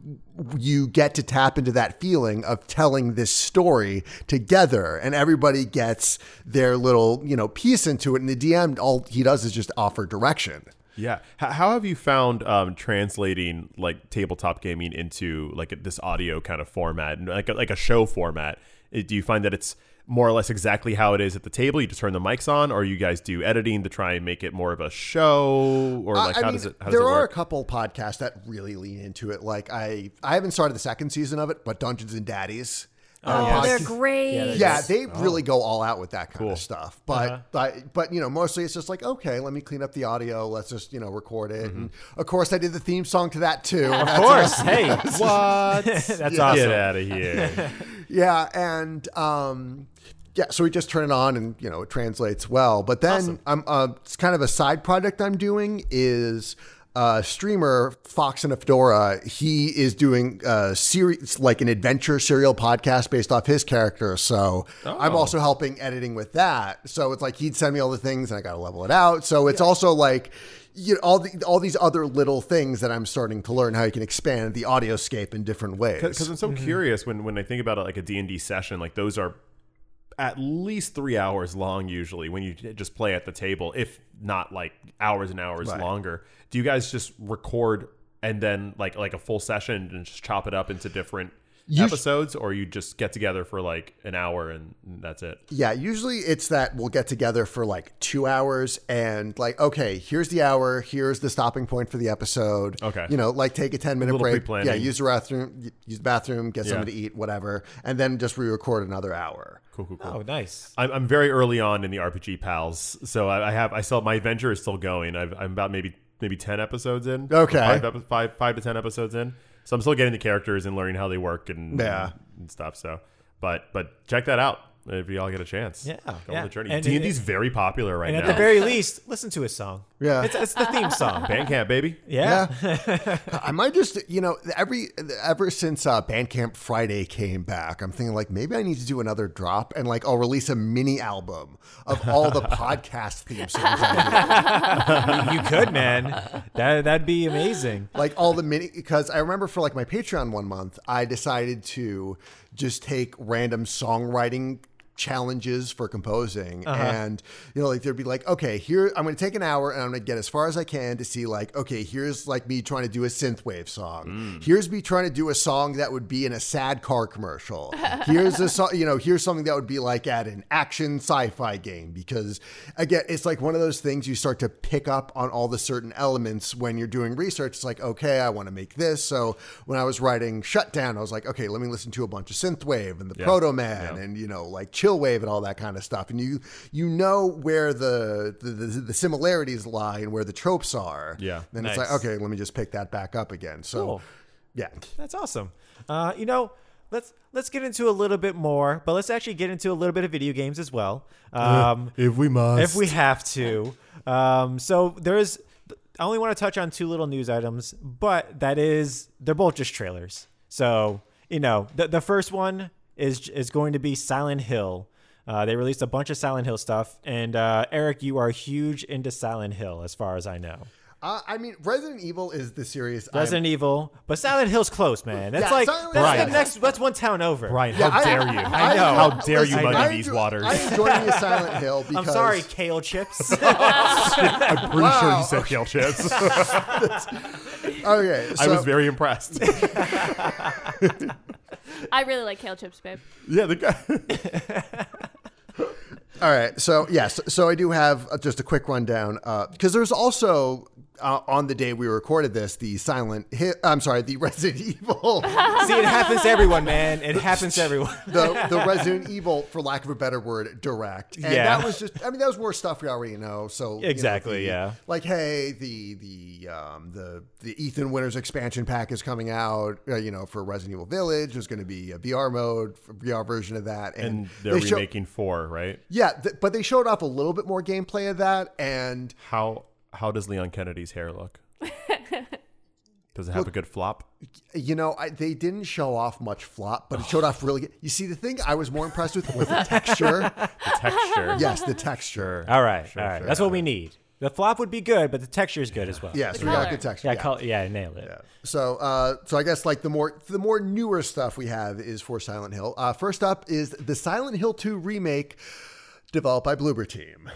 S6: you get to tap into that feeling of telling this story together and everybody gets their little you know piece into it and the dm all he does is just offer direction
S3: Yeah. H- how have you found um, translating like tabletop gaming into like this audio kind of format and like a, like a show format? Uh, Do you find that it's more or less exactly how it is at the table? You just turn the mics on, or you guys do editing to try and make it more of a show, or
S6: Uh,
S3: like
S6: I
S3: how
S6: mean,
S3: does it? How does
S6: there
S3: it
S6: are
S3: work?
S6: a couple podcasts that really lean into it like i i haven't started the second season of it but dungeons and daddies
S5: Oh,
S6: uh,
S5: they're great.
S6: Yeah, they really go all out with that kind of stuff. But but but you know, mostly it's just like, okay, let me clean up the audio. Let's just you know record it. And of course, I did the theme song to that too. And
S2: Of
S6: that's-
S2: course. Hey. What? That's
S3: Get
S2: awesome.
S3: out of here!
S6: yeah, and um, yeah. So we just turn it on, and you know, it translates well. But then I'm uh, it's kind of a side project I'm doing is. Uh, streamer Fox and a Fedora. He is doing a series like an adventure serial podcast based off his character. So I'm also helping editing with that. So it's like he'd send me all the things and I got to level it out. So it's also like you know, all the, all these other little things that I'm starting to learn how you can expand the audioscape in different ways.
S3: Because I'm so curious when when I think about it, like a D and D session, like those are at least three hours long usually when you just play at the table, if not like hours and hours longer. Do you guys just record and then like like a full session and just chop it up into different episodes, or you just get together for like an hour and that's it?
S6: Yeah, usually it's that we'll get together for like two hours and like, okay, here's the hour, here's the stopping point for the episode.
S3: Okay.
S6: you know, like take a ten minute
S3: Little
S6: break.
S3: pre-planning.
S6: Yeah, use the bathroom, use the bathroom, get
S3: Yeah.
S6: something to eat, whatever, and then just re-record another hour.
S3: Cool, cool, cool.
S2: Oh, nice.
S3: I'm, I'm very early on in the RPG pals, so I, I have I still my adventure is still going. I've, I'm about maybe maybe ten episodes in. or
S6: Okay.
S3: five, epi- five five to ten episodes in. So I'm still getting the characters and learning how they work and
S6: Yeah.
S3: and, stuff. So, but but check that out. if y'all get a chance.
S2: Yeah,
S3: Go
S2: yeah.
S3: on the journey.
S2: And-
S3: D&D's very popular right
S2: And at
S3: now.
S2: the very least, listen to his song.
S6: Yeah.
S2: It's, it's the theme song.
S3: Bandcamp, baby.
S2: Yeah.
S6: Yeah. I might just, you know, every ever since uh, Bandcamp Friday came back, I'm thinking like maybe I need to do another drop and like I'll release a mini album of all the podcast theme songs. I do.
S2: you could, man. That, that'd be amazing.
S6: Like all the mini, because I remember for like my Patreon one month, I decided to just take random songwriting challenges for composing and you know like there'd be like okay here i'm going to take an hour and i'm going to get as far as i can to see like okay here's like me trying to do a synthwave song here's me trying to do a song that would be in a sad car commercial here's a song you know here's something that would be like at an action sci-fi game because again it's like one of those things you start to pick up on all the certain elements when you're doing research it's like okay i want to make this so when i was writing shutdown i was like okay let me listen to a bunch of synthwave and the
S3: Yeah.
S6: proto man
S3: Yeah.
S6: and you know like chill wave and all that kind of stuff and you you know where the the, the, the similarities lie and where the tropes are
S3: Yeah.
S6: then it's
S2: Nice.
S6: like okay let me just pick that back up again so
S2: Cool.
S6: yeah
S2: That's awesome. Uh, you know, let's let's get into a little bit more, but let's actually get into a little bit of video games as well, um,
S3: If we must.
S2: if we have to. Um, so there's, I only want to touch on two little news items, but that is they're both just trailers. So you know, the the first one is is going to be Silent Hill. Uh, they released a bunch of Silent Hill stuff, and uh, Eric, you are huge into Silent Hill, as far as I know.
S6: uh, i mean resident evil is the series I'm-
S2: Resident Evil, but Silent Hill's close, man. That's
S6: Yeah,
S2: like
S6: Silent
S2: that's
S6: Hill-
S2: the next. That's one town over.
S3: Brian,
S6: Yeah,
S3: how
S6: I-
S3: dare you?
S6: I know.
S3: How dare you
S6: Listen,
S3: muddy
S6: I
S3: these
S6: enjoy-
S3: waters?
S6: I enjoy me a Silent Hill
S2: I'm
S6: because
S2: sorry, kale chips.
S3: I'm pretty sure you said kale chips.
S6: Okay, so,
S3: I was very impressed.
S4: I really like kale chips, babe.
S3: yeah, the guy.
S6: all right. So yes, so I do have uh, just a quick rundown because there's also uh, on the day we recorded this the Silent Hill. I'm sorry, the Resident Evil,
S2: See, it happens to everyone, man. It happens to everyone.
S6: the the Resident Evil, for lack of a better word, direct. And
S2: Yeah.
S6: that was just. I mean, that was more stuff we already know. So you know,
S2: Exactly,
S6: the-
S2: yeah.
S6: Like, hey, the the um, the the Ethan Winters expansion pack is coming out. Uh, you know, for Resident Evil Village, there's going to be a VR mode, VR version of that, and,
S3: And they're
S6: they show-
S3: remaking four, right?
S6: Yeah, th- but they showed off a little bit more gameplay of that, and
S3: How how does Leon Kennedy's hair look? Does it have a good flop?
S6: you know I, they didn't show off much flop, but it showed off really. good. You see, the thing I was more impressed with was the texture.
S3: The texture.
S6: yes, the texture.
S2: All right, all right.
S3: sure,
S2: That's what we need. The flop would be good, but the texture is good as well.
S6: Yes,
S4: The
S6: we got
S4: color.
S6: good texture.
S2: yeah,
S6: yeah.
S2: col- yeah, nailed it.
S6: So, uh, so I guess like the more the more newer stuff we have is for Silent Hill. Uh, first up is the Silent Hill 2 remake, developed by Bloober Team.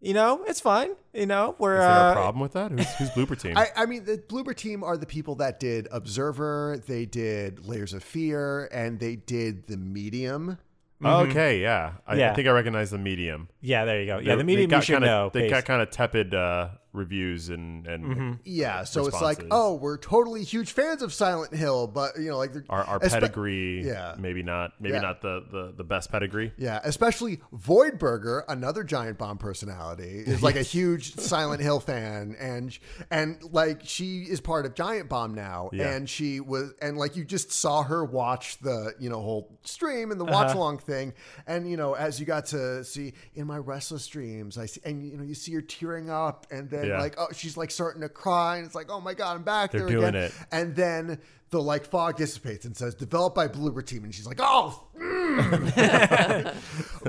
S2: You know, it's fine. You know, we're
S3: Is there
S2: uh,
S3: a problem with that? Who's, who's blooper team?
S6: I, I mean, the Bloober team are the people that did Observer, they did Layers of Fear, and they did The Medium.
S3: Okay, yeah. I,
S2: Mm-hmm. Yeah.
S3: I think I recognize the medium.
S2: Yeah, there you go. Yeah,
S3: They-
S2: the medium
S3: they
S2: you
S3: got
S2: should
S3: kinda,
S2: know.
S3: They
S2: based- Mm-hmm.
S3: got kind of tepid uh, reviews and and
S6: Yeah, so it's like,
S3: responses.
S6: oh, we're totally huge fans of Silent Hill, but you know, like they're-
S3: our, our
S6: espe-
S3: pedigree.
S6: yeah.
S3: maybe not. Maybe
S6: Yeah.
S3: not the, the the best pedigree.
S6: Yeah, especially Voidburger, another giant bomb personality, is like a huge Silent Hill fan, and and like she is part of Giant Bomb now,
S3: Yeah.
S6: and she was, and like you just saw her watch the you know whole stream and the
S3: Uh-huh.
S6: watch along thing, and you know as you got to see in my restless dreams, I see, and you know you see her tearing up, and then
S3: Yeah.
S6: like oh she's like starting to cry, and it's like oh my god I'm back
S3: They're
S6: there
S3: doing
S6: again,
S3: it.
S6: and then. The like fog dissipates and says developed by Bloober Team, and she's like, "Oh,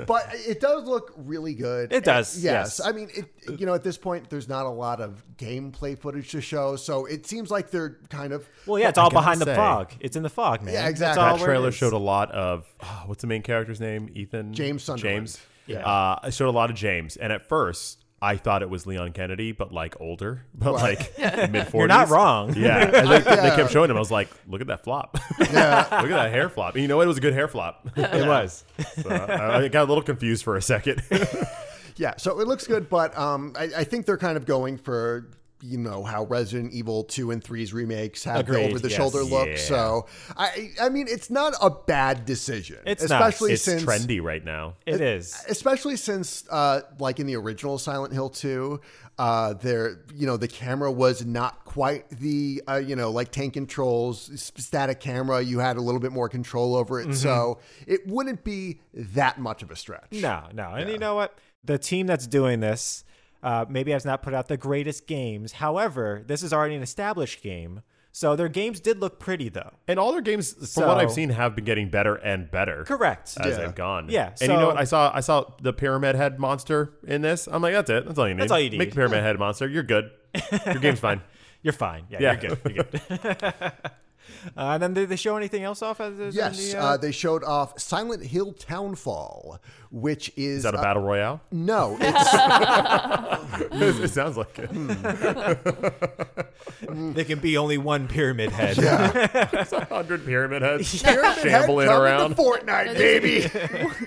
S6: but it does look really good.
S2: It does,
S6: And- yes.
S2: yes.
S6: I mean, it, you know, at this point, there's not a lot of gameplay footage to show, so it seems like they're kind of
S2: well, yeah, it's all
S3: gotta
S2: behind the
S3: say-
S2: fog. It's in the fog, man.
S6: Yeah,
S2: That's
S6: exactly.
S2: all
S3: that
S2: where it
S3: trailer
S2: is.
S3: showed a lot of oh, what's the main character's name? Ethan
S6: James Sunderland.
S3: James. Yeah, uh, it showed a lot of James, and at first I thought it was Leon Kennedy, but like older, but like mid forties.
S2: You're not wrong.
S3: Yeah, and they, they
S6: Yeah.
S3: kept showing him. I was like, "Look at that flop! Look at that hair flop!" And you know what? It was a good hair flop.
S2: It was.
S3: So I, I got a little confused for a second.
S6: yeah. So it looks good, but um, I, I think they're kind of going for you know how Resident Evil two and 3's remakes have
S3: Agreed,
S6: the over the
S3: yes.
S6: shoulder look.
S3: Yeah.
S6: So I I mean it's not a bad decision.
S2: It's not.
S6: especially
S3: It's
S6: since
S3: trendy right now.
S2: It is.
S6: especially since uh, like in the original silent hill 2 uh, there you know the camera was not quite the uh, you know like tank controls s- static camera you had a little bit more control over it so
S3: Mm-hmm.
S6: it wouldn't be that much of a stretch
S2: No, no. And you know what? The team that's doing this uh, maybe has not put out the greatest games. However, this is already an established game. So their games did look pretty, though.
S3: And all their games, from what I've
S2: So-
S3: seen, have been getting better and better.
S2: Correct.
S3: As
S6: Yeah.
S3: they've gone.
S2: Yeah,
S3: and you know
S2: so-
S3: what? I saw I saw the pyramid head monster in this. I'm like, that's it. That's all you need.
S2: That's all you need.
S3: Make the pyramid head monster. You're good. Your game's fine.
S2: You're fine. Yeah,
S3: Yeah.
S2: you're good. You're good. uh, and then did they show anything else off? As, as
S6: yes
S2: in the,
S6: uh, they showed off silent hill townfall which is,
S3: Is that a
S6: uh,
S3: battle royale?
S2: Mm.
S6: no it's
S3: it sounds like it.
S2: Mm. there can be only one pyramid head.
S3: hundred pyramid heads
S6: Pyramid Head
S3: shambling
S6: coming to
S3: around.
S6: fortnite baby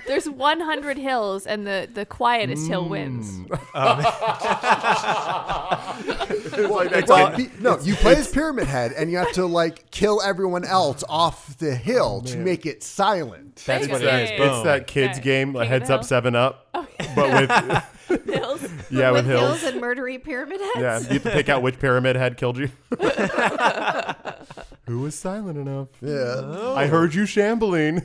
S4: There's 100 hills, and the, the quietest hill wins.
S3: Mm. like that
S6: Well,
S3: kid-
S6: pe- no, you play as Pyramid Head, and you have to like kill everyone else off the
S2: Oh,
S6: hill to make it silent.
S2: That's
S4: Thank
S2: what
S4: you.
S2: it is.
S4: Yay.
S2: Boom.
S3: It's that kids
S4: Okay.
S3: game,
S4: King of
S3: like heads
S4: the
S3: up,
S4: Hill. Oh,
S3: seven up, but with
S4: Hills.
S3: yeah, with
S5: With hills
S3: hills.
S5: and murdery pyramid heads.
S3: Yeah, you have to pick out which pyramid head killed you. Who was silent enough?
S6: Yeah.
S3: I heard you shambling.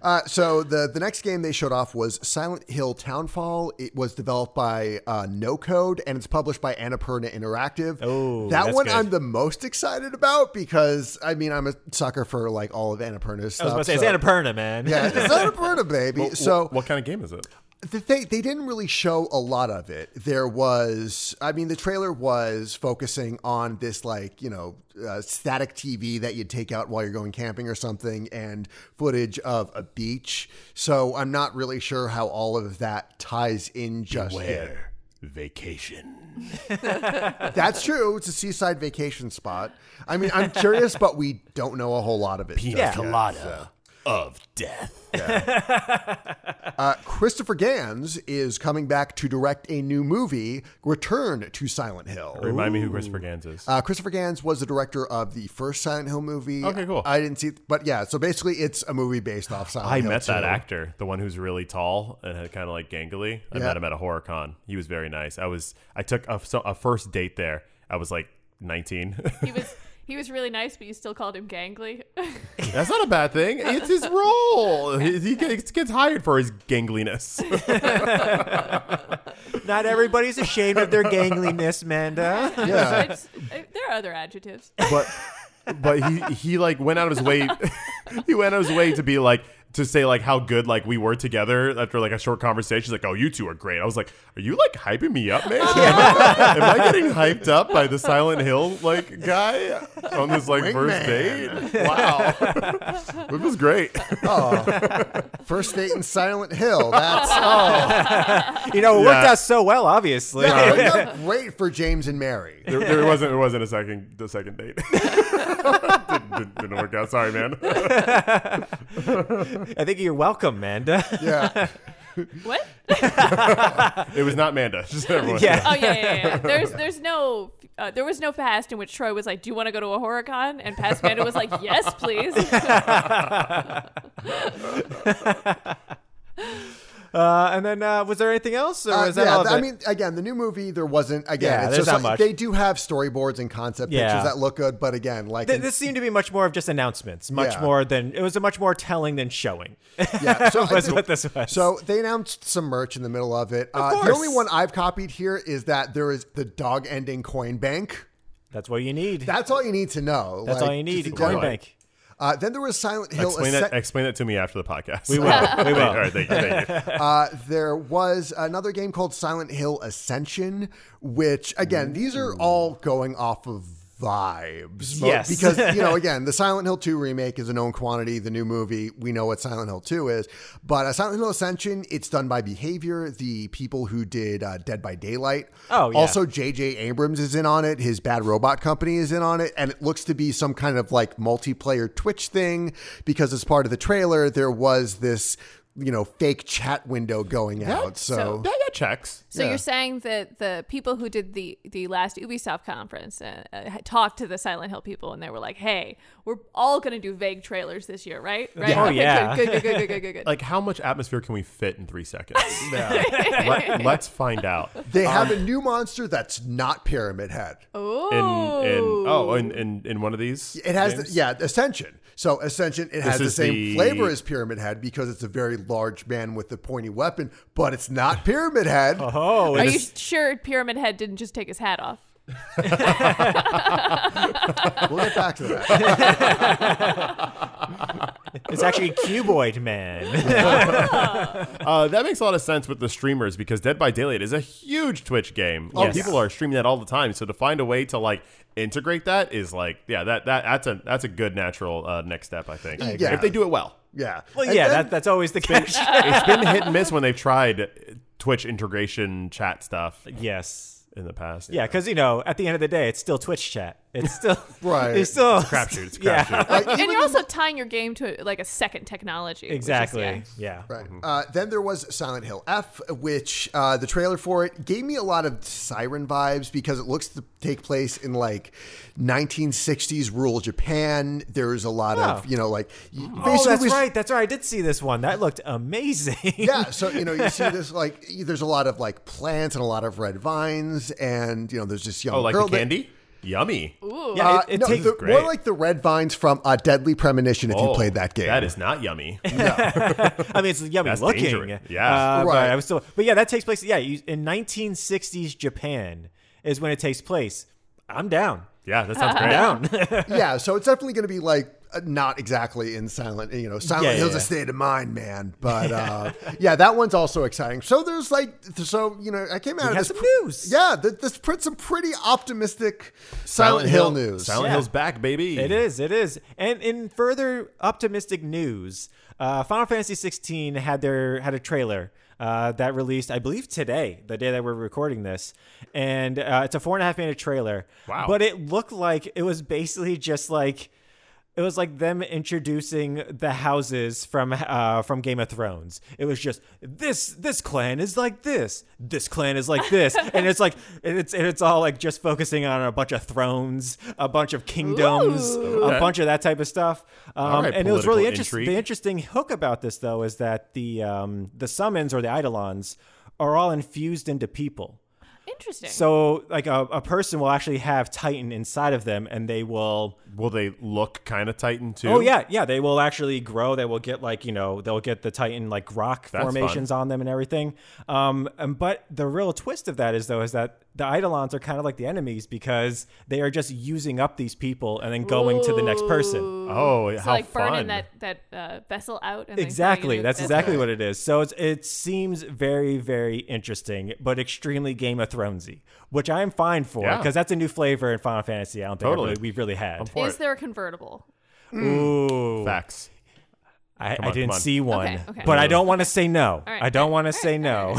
S6: Uh, so the the next game they showed off was Silent Hill Townfall. It was developed by uh, No Code and it's published by Annapurna Interactive.
S2: Oh,
S6: that
S2: that's
S6: one
S2: good.
S6: I'm the most excited about because I mean I'm a sucker for like all of Annapurna's
S2: I
S6: stuff.
S2: was about to say, it's
S6: so-
S2: Annapurna, man.
S6: Yeah, it's Annapurna, baby. so
S3: what kind of game is it?
S6: the thing they didn't really show a lot of it. There was, I mean, the trailer was focusing on this like you know uh, static TV that you take out while you're going camping or something, and footage of a beach. So I'm not really sure how all of that ties in just yet.
S3: vacation.
S6: That's true. It's a seaside vacation spot. I mean, I'm curious, but we don't know a whole lot of it. just
S2: Yeah.
S6: yet.
S3: Colada of death.
S6: Uh, Christopher Gans is coming back to direct a new movie, Return to Silent Hill.
S3: Remind me who Christopher Gans is.
S6: Uh, Christopher Gans was the director of the first Silent Hill movie.
S3: Okay, cool.
S6: I didn't see, but yeah. So basically, it's a movie based off Silent
S3: I
S6: Hill.
S3: met that
S6: 2.
S3: actor, the one who's really tall and had kind of like gangly. I
S6: Yeah.
S3: met him at a horror con. He was very nice. I was I took a, so, a first date there. I was like 19.
S4: He was he was really nice, but you still called him gangly.
S3: That's not a bad thing. It's his role. He, he gets, gets hired for his gangliness.
S2: Not everybody's ashamed of their gangliness, Manda.
S6: Yeah,
S4: It's- I- there are other adjectives.
S3: but but he he like went out of his way he went out of his way to be like to say like how good like we were together after like a short conversation He's like oh you two are great i was like are you like hyping me up man am, I, am I getting hyped up by the silent hill like guy on this like first
S6: Wingman.
S3: date wow it was great
S6: first date in Silent Hill. That's oh,
S2: You know, it worked
S3: Yeah.
S2: out so well, obviously.
S6: yeah, it worked out great for James and Mary.
S3: there, there wasn't there wasn't a second the second date didn't, didn't- didn't work out sorry man
S2: I think you're welcome, Manda.
S6: Yeah,
S4: What?
S3: it was not manda just everyone
S2: yeah.
S4: Oh yeah, yeah, yeah. There's there's no uh, there was no fast in which Troy was like, "Do you want to go to a horror con?" and Past Mando was like, "Yes, please."
S2: Uh, and then uh, was there anything else, or
S6: Uh,
S2: was that
S6: yeah.
S2: all of
S6: th- I
S2: it?
S6: mean, again, the new movie there wasn't. Again,
S2: Yeah,
S6: it's
S2: there's
S6: just
S2: not much.
S6: like- they do have storyboards and concept
S2: Yeah.
S6: pictures that look good, but again, like
S2: Th- this seemed to be much more of just announcements, much
S6: Yeah.
S2: more than it was a much more telling than showing.
S6: yeah, so
S2: was what this was.
S6: So they announced some merch in the middle of it. uh, the
S2: course.
S6: only one I've copied here is that there is the dog ending coin bank.
S2: That's what you need.
S6: That's all you need to know.
S2: That's
S6: Like,
S2: all you need.
S6: just in
S2: Coin
S6: general.
S2: bank.
S6: Uh, then there was Silent Hill.
S3: explain
S6: Ascen-
S3: that explain that to me after the podcast
S2: We will. We will.
S3: all right thank you thank you
S6: uh, there was another game called Silent Hill Ascension, which again, these are all going off of vibes. Mo-
S2: Yes.
S6: because you know, again, the Silent Hill 2 remake is a known quantity. The new movie, we know what Silent Hill 2 is, but uh, Silent Hill Ascension, it's done by Behavior, the people who did uh, Dead by Daylight.
S2: Oh, yeah.
S6: Also, J.J. Abrams is in on it. His Bad Robot Company is in on it, and it looks to be some kind of like multiplayer Twitch thing because as part of the trailer, there was this you know fake chat window going out. So,
S3: yeah, yeah, checks.
S4: So
S6: Yeah.
S4: you're saying that the people who did the the last Ubisoft conference uh, uh, had talked to the Silent Hill people, and they were like, "Hey, we're all going to do vague trailers this year, right? Right?
S2: Yeah. Oh,
S4: Okay,
S2: yeah.
S4: Good, good, good, good, good, good, good.
S3: Like, how much atmosphere can we fit in three seconds? Let, let's find out.
S6: they have a new monster that's not Pyramid Head.
S4: Ooh.
S3: In, in oh, in, in in one of these.
S6: It has, the,
S3: games?
S6: yeah, Ascension. So Ascension, it has the
S3: is
S6: same
S3: the-
S6: flavor as Pyramid Head because it's a very large man with a pointy weapon, but it's not Pyramid Head.
S2: Oh,
S4: Are
S2: and
S4: you sure Pyramid Head didn't just take his hat off?
S6: We'll get back to that.
S2: it's actually Cuboid Man.
S3: Uh, that makes a lot of sense with the streamers because Dead by Daylight is a huge Twitch game. Oh,
S2: Yes.
S3: People are streaming that all the time, so to find a way to like integrate that is like, yeah, that, that that's a that's a good natural uh, next step, I think.
S6: agree.
S3: If they do it well,
S6: Yeah.
S2: well,
S6: And
S2: yeah,
S6: then-
S2: that, that's always the catch.
S3: it's been hit and miss when they've tried Twitch integration chat stuff
S2: yes.
S3: in the past.
S2: Yeah, because you know, at the end of the day, it's still Twitch chat. It's still
S6: Right.
S2: It's still it's
S3: crapshoot. It's a
S2: Yeah.
S3: crapshoot.
S4: and you're also tying your game to like a second technology. which is-
S2: Exactly.
S4: yeah.
S2: yeah.
S6: Right.
S3: Mm-hmm.
S6: Uh, then there was Silent Hill F, which uh, the trailer for it gave me a lot of siren vibes because it looks to take place in like 1960s rural Japan. There's a lot of,
S2: Oh.
S6: you know, like y-
S2: Oh,
S6: basically
S2: that's
S6: we s-
S2: right. That's right. I did see this one. That looked amazing.
S6: yeah, so you know you see this like y- there's a lot of like plants and a lot of red vines and you know there's this young
S3: Oh, like
S6: girl
S3: the
S6: that-
S3: candy? Yummy.
S2: Yeah,
S6: uh,
S2: it, it
S6: no,
S2: takes
S6: the-
S3: great.
S6: more like the red vines from uh, Deadly Premonition. If you
S3: Oh,
S6: played that game,
S3: That is not yummy.
S2: I mean, it's yummy
S3: That's
S2: looking.
S3: dangerous. Yeah.
S2: Uh,
S6: Right.
S2: But I was still. But yeah, that takes place. Yeah, you, in 1960s Japan is when it takes place. I'm down.
S3: yeah, that sounds great.
S2: Down.
S6: yeah. So it's definitely going to be like uh, not exactly in Silent. You know, Silent
S2: Yeah, yeah,
S6: Hill's
S2: yeah.
S6: a state of mind, man. But uh, yeah, that one's also exciting. So there's like, so you know, I came out of
S2: had
S6: this
S2: some
S6: pre-
S2: news.
S6: Yeah, th- this put some pretty optimistic Silent, Hill, news.
S3: Silent
S2: Yeah.
S3: Hill's back, baby.
S2: It is. It is. And in further optimistic news, uh, Final Fantasy 16 had their had a trailer uh, that released, I believe, today, the day that we're recording this, and uh, it's a four and a half minute trailer.
S3: Wow.
S2: But it looked like it was basically just like. It was like them introducing the houses from uh, from Game of Thrones. It was just this this clan is like this, this clan is like this, and it's like and it's and it's all like just focusing on a bunch of thrones, a bunch of kingdoms, a bunch of that type of stuff. Um,
S3: right,
S2: and it was really
S3: political
S2: interesting.
S3: intrigue.
S2: The interesting hook about this though is that the um, the summons or the eidolons are all infused into people.
S4: Interesting.
S2: So like a, a person will actually have Titan inside of them, and they will.
S3: Will they look kind of Titan too?
S2: Oh yeah, yeah. They will actually grow. They will get like you know they'll get the Titan like rock
S3: That's
S2: formations on them and everything. Um, and, but the real twist of that is though is that the Eidolons are kind of like the enemies because they are just using up these people and then going to the next person.
S3: Oh,
S4: So
S3: how
S4: like
S3: fun.
S4: burning that that uh, vessel out. And then putting
S2: Exactly.
S4: it
S2: That's
S4: in-
S2: exactly what it is. So it's, it seems very very interesting, but extremely Game of Thronesy, which I am fine for
S3: Yeah.
S2: because that's a new flavor in Final Fantasy. I don't think
S3: Totally.
S2: really- we've really had.
S3: for
S4: Is
S3: it.
S4: there a convertible?
S2: Ooh.
S3: Facts.
S2: I,
S3: on,
S2: I didn't
S3: come on.
S2: see one,
S4: Okay, okay.
S2: but I don't want to say no.
S4: right,
S2: I don't want to say no.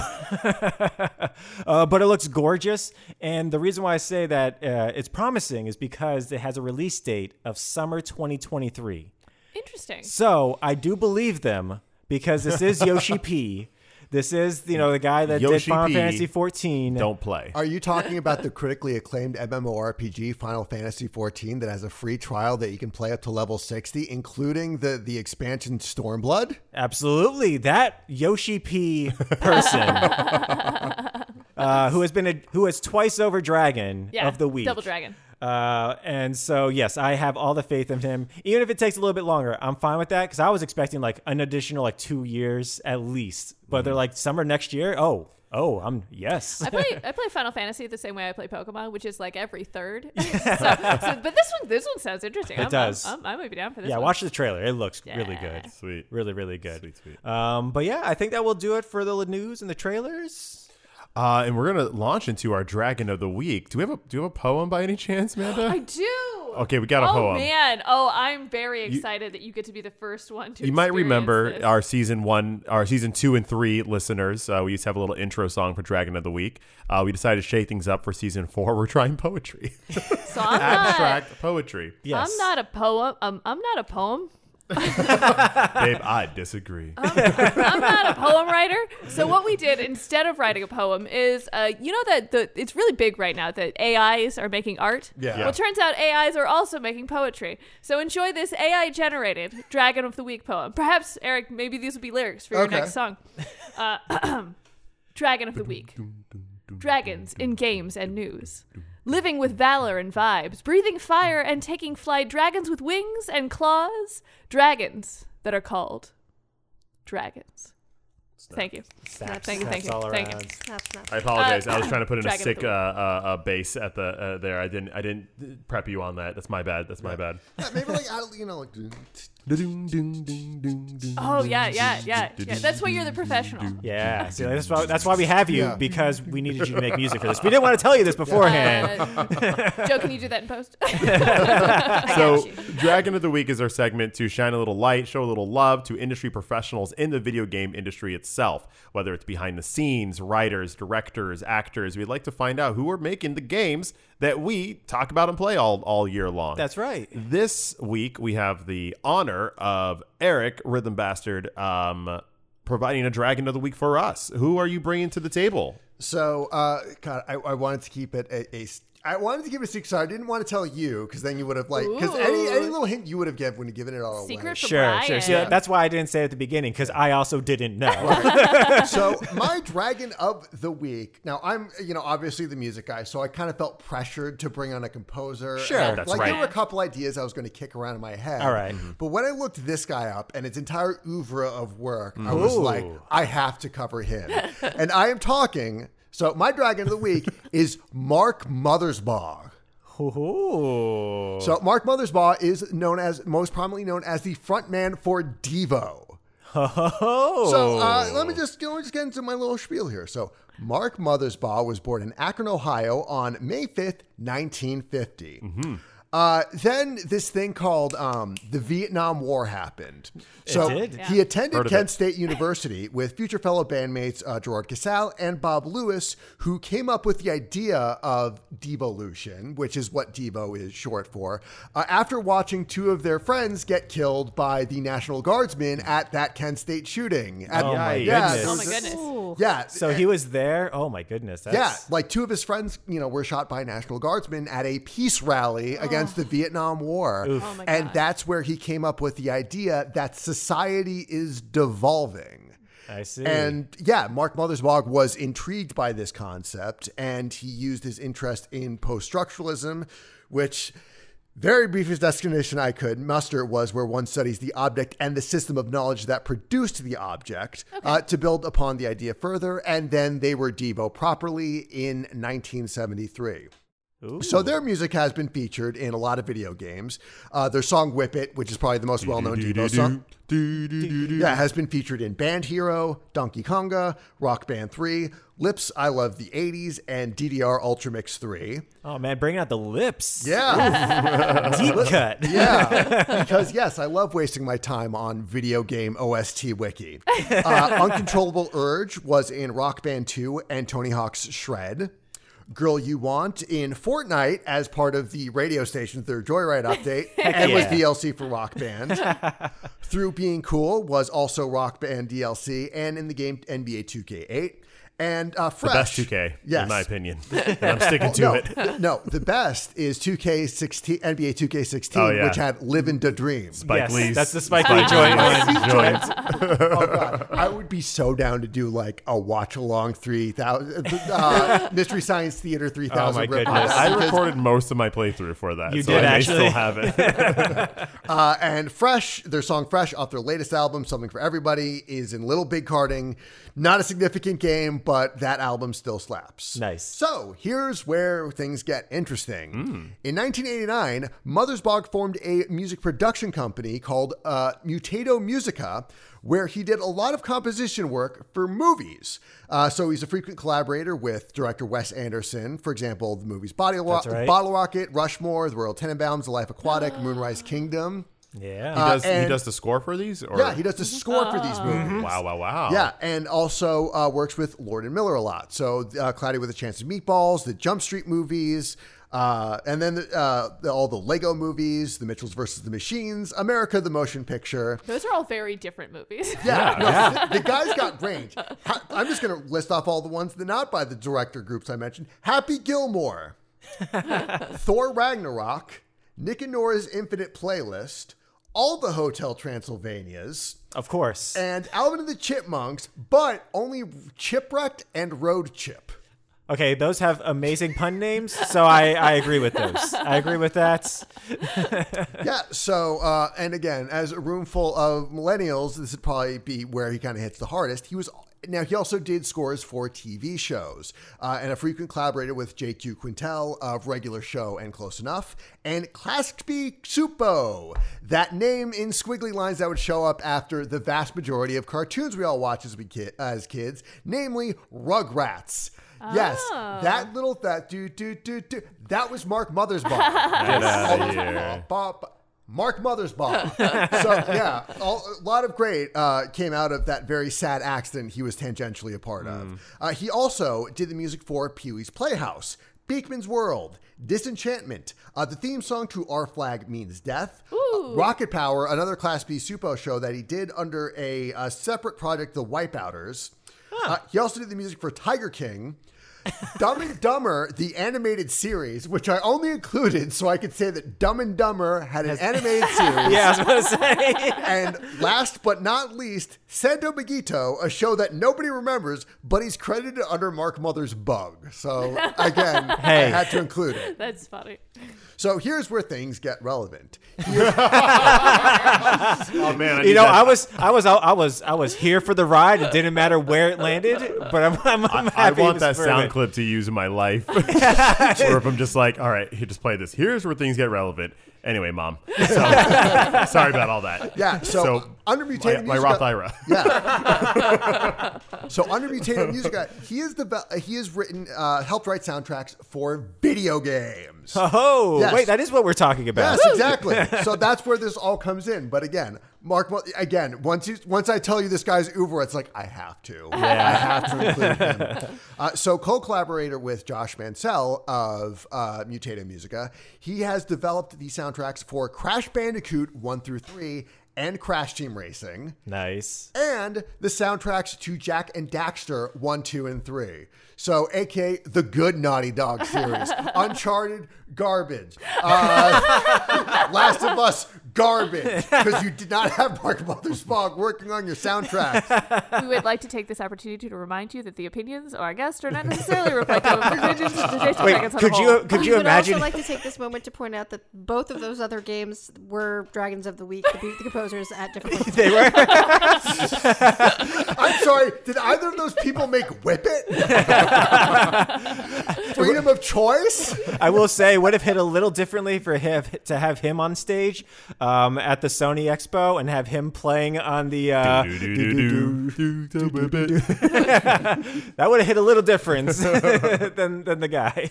S2: uh, but it looks gorgeous, and the reason why I say that uh, it's promising is because it has a release date of summer 2023.
S4: Interesting.
S2: So I do believe them because this is Yoshi P. This is you know the guy that did
S3: Yoshi
S2: Final
S3: P.
S2: Fantasy 14.
S3: Don't play.
S6: Are you talking about the critically acclaimed MMORPG Final Fantasy XIV that has a free trial that you can play up to level 60, including the, the expansion Stormblood?
S2: Absolutely, that Yoshi P person uh, who has been a, who has twice over Dragon
S4: yeah.
S2: of the week.
S4: Double Dragon.
S2: Uh, and so yes, I have all the faith in him. Even if it takes a little bit longer, I'm fine with that because I was expecting like an additional like two years at least. But
S3: Mm-hmm.
S2: they're like summer next year. Oh, oh, I'm yes.
S4: I play I play Final Fantasy the same way I play Pokemon, which is like every third. so, so- but this one this one sounds interesting. It I'm,
S2: does.
S4: I'm, I'm, I might be down for this.
S2: yeah,
S4: one.
S2: watch the trailer. It looks really good,
S3: Sweet.
S2: really really good.
S3: Sweet, sweet.
S2: Um, but yeah, I think that will do it for the news and the trailers.
S3: Uh, and we're gonna launch into our dragon of the week. Do we have a do you have a poem by any chance, Manda?
S4: I do.
S3: Okay, we got a
S4: oh,
S3: poem.
S4: man. Oh, I'm very excited that you get to be the first one to.
S3: you might
S4: experience
S3: remember
S4: this.
S3: our season one, our season two and three listeners. Uh, we used to have a little intro song for Dragon of the Week. Uh, we decided to shake things up for season four. We're trying poetry,
S4: So I'm not.
S3: abstract poetry.
S2: Yes,
S4: I'm not a poem. Um, I'm not a poem.
S3: Babe, I disagree.
S4: Oh. I'm not a poem writer. So what we did instead of writing a poem is, uh, you know that the it's really big right now that AIs are making art.
S6: Yeah.
S4: Well, turns out AIs are also making poetry. So enjoy this AI generated Dragon of the Week poem. Perhaps Eric, maybe these will be lyrics for your
S6: Okay.
S4: next song. Uh, Dragon of the Week. Dragons in games and news. Living with valor and vibes, breathing fire and taking flight, dragons with wings and claws, dragons that are called dragons. Thank you. thank you, thank you,
S2: Snaps all
S4: thank you.
S2: around.
S5: Snap, snap.
S3: I apologize. I was trying to put in a
S4: Dragon of
S3: sick
S4: the
S3: uh, uh,
S4: Week.
S3: uh, bass at the uh, there. I didn't. I didn't prep you on that. That's my bad. That's my bad.
S6: Yeah, maybe like I don't- you know like dun-
S4: Oh yeah, yeah, yeah, yeah. That's why you're the professional.
S2: Yeah, see, that's why, that's why we have you
S6: Yeah.
S2: because we needed you to make music for this. We didn't want to tell you this beforehand.
S4: Uh, Joe, can you do that in post?
S3: So,
S4: you.
S3: Dragon of the Week is our segment to shine a little light, show a little love to industry professionals in the video game industry itself, whether it's behind the scenes, writers, directors, actors. We'd like to find out who are making the games that we talk about and play all, all year long.
S2: That's right.
S3: This week, we have the honor of Eric Rhythm Bastard um, providing a Dragon of the Week for us. Who are you bringing to the table?
S6: So, uh, God, I, I wanted to keep it a, a s- I wanted to give it a secret. So I didn't want to tell you because then you would have like because any
S4: Ooh.
S6: any little hint you would have given would have given it all away.
S4: Secret for
S2: Sure,
S4: Brian.
S2: sure. See, that's why I didn't say it at the beginning because I also didn't know.
S6: so my dragon of the week. Now I'm, you know, obviously the music guy, so I kind of felt pressured to bring on a composer.
S2: Sure,
S6: And I-
S3: that's
S6: like
S3: right.
S6: there were a couple ideas I was going to kick around in my head.
S2: All right. Mhm.
S6: but when I looked this guy up and his entire oeuvre of work, I was like, I have to cover him, and I am talking. So my dragon of the week is Mark Mothersbaugh.
S2: Ooh.
S6: So Mark Mothersbaugh is known as most prominently known as the frontman for Devo.
S2: Oh.
S6: So uh, let me just let me just get into my little spiel here. So Mark Mothersbaugh was born in Akron, Ohio, on May fifth, nineteen Uh, then this thing called um, the Vietnam War happened. So
S2: did?
S6: he attended
S3: of
S6: Kent
S3: it.
S6: State University with future fellow bandmates uh, Gerard Casal and Bob Lewis, who came up with the idea of devolution, which is what Devo is short for, uh, after watching two of their friends get killed by the National Guardsmen at that Kent State shooting. At,
S2: Oh my
S6: yeah,
S2: goodness.
S6: there
S4: Oh my
S6: was a-
S4: goodness.
S6: Yeah.
S2: So he was there. Oh my goodness. That's,
S6: yeah, like two of his friends, you know, were shot by National Guardsmen at a peace rally against the Vietnam War.
S4: Oh my
S6: and
S4: God.
S6: that's where he came up with the idea that society is devolving.
S2: I see.
S6: And yeah, Mark Mothersbaugh was intrigued by this concept and he used his interest in post structuralism, which. Very briefest definition I could muster was where one studies the object and the system of knowledge that produced the object uh, to build upon the idea further, and then they were Devo properly in 1973.
S2: Ooh.
S6: So their music has been featured in a lot of video games. Uh, their song "Whip It," which is probably the most well-known Devo song, yeah, has been featured in Band Hero, Donkey Konga, Rock Band 3, Lips I Love the 80s, and DDR Ultra Mix 3.
S2: oh man, bringing out the lips.
S6: Yeah.
S2: Deep cut.
S6: yeah. Because, yes, I love wasting my time on video game OST Wiki. Uh, Uncontrollable Urge was in Rock Band 2 and Tony Hawk's Shred. Girl You Want in Fortnite as part of the radio station, their Joyride update, and was
S2: yeah.
S6: DLC for Rock Band. Through Being Cool was also Rock Band DLC and in the game NBA 2K8. And uh, Fresh.
S3: Best 2K,
S6: Yes.
S3: in my opinion. And I'm sticking to
S6: Oh, no,
S3: it.
S6: no, the best is 2K16, NBA 2K16,
S3: Oh, yeah.
S6: which had Live in the Dream.
S3: Spike
S2: Yes,
S3: Lee's.
S2: that's the Spike Lee joint one.
S3: joint.
S6: Oh, God. I would be so down to do like a watch along 3000, uh, Mystery Science Theater 3000.
S2: Oh, my
S6: rip on
S2: goodness.
S6: that
S3: I
S6: because-
S3: recorded most of my playthrough for that.
S2: You
S3: so
S2: did,
S3: I may
S2: actually.
S3: still have it.
S6: Uh, and Fresh, their song Fresh off their latest album, Something for Everybody, is in Little Big Carding. Not a significant game, but that album still slaps.
S2: Nice.
S6: So here's where things get interesting. In 1989, Mothersbaugh formed a music production company called uh, Mutato Musica, where he did a lot of composition work for movies. Uh, so he's a frequent collaborator with director Wes Anderson, for example, the movies Body Lo-
S2: right.
S6: Bottle Rocket, Rushmore, The Royal Tenenbaums, The Life Aquatic, Moonrise Kingdom.
S2: Yeah.
S3: He does, he
S6: Uh, and-
S3: does the score for these? Or?
S6: Yeah, he does the score for these movies.
S3: Wow, wow, wow.
S6: Yeah, and also uh, works with Lord and Miller a lot. So, uh, Cloudy with a Chance of Meatballs, the Jump Street movies, Uh, and then uh, the, all the Lego movies, The Mitchells versus the Machines, America the Motion Picture.
S4: Those are all very different movies.
S6: Yeah, no, The, the guy's got range. Ha- I'm just going to list off all the ones that not by the director groups I mentioned. Happy Gilmore, Thor Ragnarok, Nick and Nora's Infinite Playlist, all the Hotel Transylvanias,
S2: Of course.
S6: and Alvin and the Chipmunks, but only Chipwrecked and Road Chip.
S2: Okay, those have amazing pun names, so I, I agree with those. I agree with that.
S6: Yeah. So, uh, and again, as a room full of millennials, this would probably be where he kind of hits the hardest. He was. Now he also did scores for TV shows, uh, and a frequent collaborator with J.Q. Quintel of Regular Show and Close Enough, and Claskby Supo, that name in squiggly lines that would show up after the vast majority of cartoons we all watch as we ki- as kids, namely Rugrats. Yes, that little that do do do do that was Mark Mothersbaugh.
S3: Get out
S6: All
S3: of
S6: those-
S3: here.
S6: Ba- ba- Mark Mothersbaugh. so yeah, all, a lot of great uh, came out of that very sad accident he was tangentially a part
S3: Mm.
S6: of. Uh, he also did the music for Pee Wee's Playhouse, Beekman's World, Disenchantment, uh, the theme song to Our Flag Means Death, uh, Rocket Power, another Class B Supo show that he did under a, uh separate project, The Wipeouters. Uh, he also did the music for Tiger King. Dumb and Dumber, the animated series, which I only included so I could say that Dumb and Dumber had an animated series.
S2: Yeah, I was going to say.
S6: And last but not least, Santo Megito, a show that nobody remembers, but he's credited under Mark Mother's Bug. So again,
S2: Hey.
S6: I had to include it.
S4: That's funny.
S6: So here's where things get relevant.
S3: Oh man, I
S2: You
S3: need
S2: know,
S3: that.
S2: I was, I was, I was, I was here for the ride. It didn't matter where it landed, but I'm, I'm, I'm
S3: I
S2: happy.
S3: want
S2: it was
S3: that
S2: for
S3: sound
S2: me.
S3: clip to use in my life. or if I'm just like, all right, here, just play this. Here's where things get relevant. Anyway, mom. So, sorry about all that.
S6: Yeah, so, under
S3: my,
S6: mutated
S3: my
S6: music-
S3: Roth IRA.
S6: Yeah. so under Mutated Music, Guy, he is the be- he has written uh, helped write soundtracks for video games.
S2: Oh,
S6: Yes.
S2: wait, that is what we're talking about.
S6: Yes, exactly. so that's where this all comes in. But again, Mark, Mo- again, once you once I tell you this guy's Uber, it's like I have to, I have to include him. Uh, so co-collaborator with Josh Mansell of uh, Mutata Musica, he has developed the soundtracks for Crash Bandicoot one through three and Crash Team Racing
S2: Nice.
S6: and the soundtracks to Jack and Daxter 1, 2, and 3. So, aka the good Naughty Dog series. Uncharted, garbage. Uh, Last of Us, garbage. Because you did not have Mark Mothersbaugh working on your soundtrack.
S4: We would like to take this opportunity to remind you that the opinions of our guests are not necessarily reflective of the religions of the Jason
S2: Wait,
S4: Dragons Uh, on the
S2: could you,
S3: uh,
S4: whole.
S2: could
S5: we
S2: you
S5: would
S2: imagine?
S5: also like to take this moment to point out that both of those other games were Dragons of the Week, the, the composers at different points.
S2: they were.
S6: I'm sorry, did either of those people make Whip It? Freedom of choice?
S2: I will say, would have hit a little differently for him to have him on stage um, at the Sony Expo and have him playing on the. Uh, that would have hit a little different than than the guy.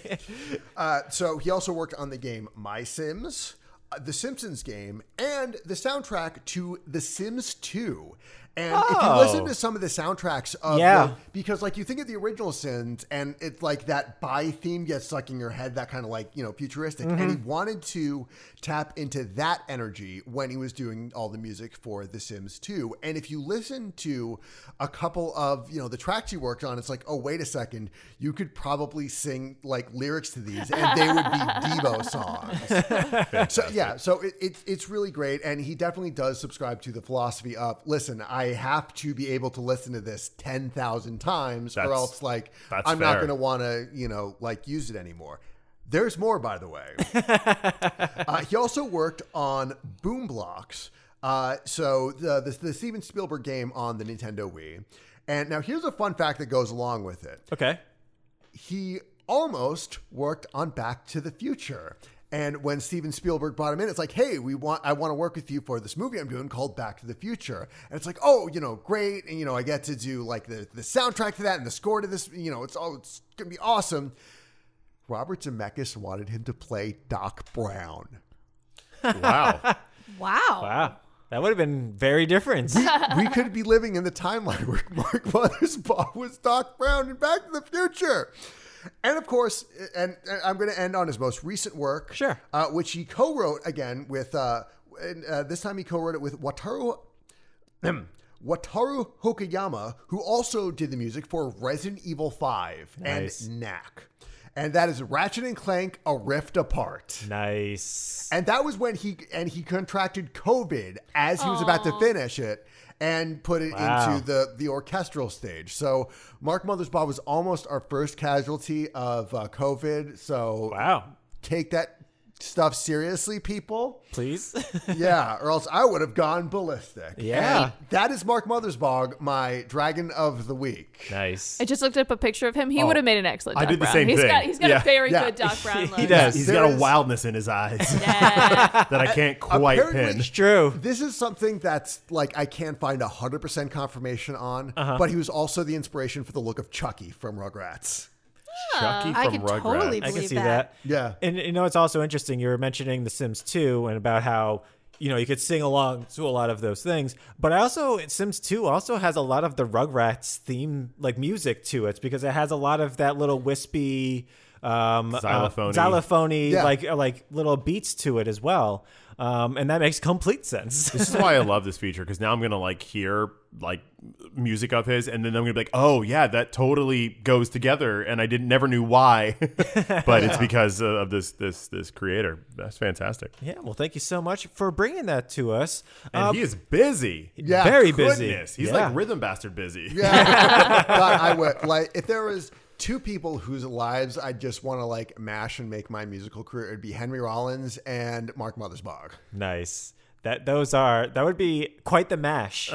S6: Uh, so he also worked on the game My Sims, uh, the Simpsons game, and the soundtrack to The Sims 2. And if you
S2: Oh.
S6: listen to some of the soundtracks of
S2: Yeah.
S6: the- because like you think of the original Sims and it's like that bi theme gets stuck in your head, that kind of like, you know, futuristic. And he wanted to tap into that energy when he was doing all the music for The Sims 2. And if you listen to a couple of, you know, the tracks he worked on, it's like, oh, wait a second, you could probably sing like lyrics to these and they would be Devo songs. So yeah, so it, it, it's really great, and he definitely does subscribe to the philosophy of listen, I have to be able to listen to this ten thousand times, or
S3: That's-
S6: else like
S3: that's
S6: I'm not
S3: fair.
S6: going to want to you know like use it anymore. There's more, by the way. Uh, he also worked on Boom Blocks. Uh, so the, the the Steven Spielberg game on the Nintendo Wii. And now here's a fun fact that goes along with it
S2: Okay.
S6: he almost worked on Back to the Future. And when Steven Spielberg brought him in, it's like, hey, we want I want to work with you for this movie I'm doing called Back to the Future. And it's like, oh, you know, great. And you know, I get to do like the, the soundtrack to that and the score to this, you know, it's all it's gonna be awesome. Robert Zemeckis wanted him to play Doc Brown.
S3: wow.
S5: Wow.
S2: Wow. That would have been very different.
S6: we could be living in the timeline where Mark Mothersbaugh was Doc Brown in Back to the Future. And of course, and, and I'm going to end on his most recent work,
S2: Sure.
S6: uh, which he co-wrote again with. Uh, and, uh, this time he co-wrote it with Wataru Wataru Hokoyama, who also did the music for Resident Evil Five
S2: Nice.
S6: and Knack, and that is Ratchet and Clank: A Rift Apart.
S2: Nice.
S6: And that was when he and he contracted COVID as he was about to finish it and put it
S2: Wow.
S6: into the the orchestral stage. So Mark Mothersbaugh was almost our first casualty of uh, COVID. So
S2: Wow.
S6: take that stuff seriously, people.
S2: Please.
S6: yeah, or else I would have gone ballistic.
S2: Yeah.
S6: And that is Mark Mothersbaugh, my dragon of the week.
S2: nice.
S4: I just looked up a picture of him. He would have made an excellent.
S3: Oh. I
S4: Doc
S3: did the
S4: Brown.
S3: same
S4: He's
S3: thing.
S4: Got, he's got
S3: Yeah.
S4: a very
S6: Yeah.
S4: good Doc Brown.
S2: He
S4: look.
S2: does.
S3: He's
S6: There
S3: got a
S6: is-
S3: wildness in his eyes
S4: Yeah.
S3: that I can't quite
S6: Apparently-
S3: pin.
S2: It's true.
S6: This is something that's like I can't find 100% confirmation on,
S2: Uh-huh.
S6: but he was also the inspiration for the look of Chucky from Rugrats.
S3: Chucky
S5: I
S3: from
S5: could
S3: Rugrats.
S5: totally
S2: I can
S5: believe
S2: see
S5: that.
S2: that.
S6: Yeah.
S2: And you know, it's also interesting. You were mentioning The Sims 2 and about how you know you could sing along to a lot of those things. But I also Sims 2 also has a lot of the Rugrats theme like music to it because it has a lot of that little wispy um uh,
S3: Xylophony.
S2: xylophony
S6: Yeah.
S2: like uh, like little beats to it as well. Um, and that makes complete sense.
S3: This is why I love this feature because now I'm gonna like hear like music of his, and then I'm gonna be like, oh yeah, that totally goes together, and I didn't never knew why, but it's because uh, of this this this creator. That's fantastic,
S2: yeah, well, thank you so much for bringing that to us.
S3: and
S2: Uh,
S3: he is busy.
S6: Um, Yeah,
S2: very busy.
S3: Goodness, he's
S2: Yeah.
S3: like rhythm bastard busy.
S6: Yeah. but I would like if there was two people whose lives I just want to like mash and make my musical career, it'd be Henry Rollins and Mark Mothersbaugh.
S2: nice. That those are that would be quite the mash.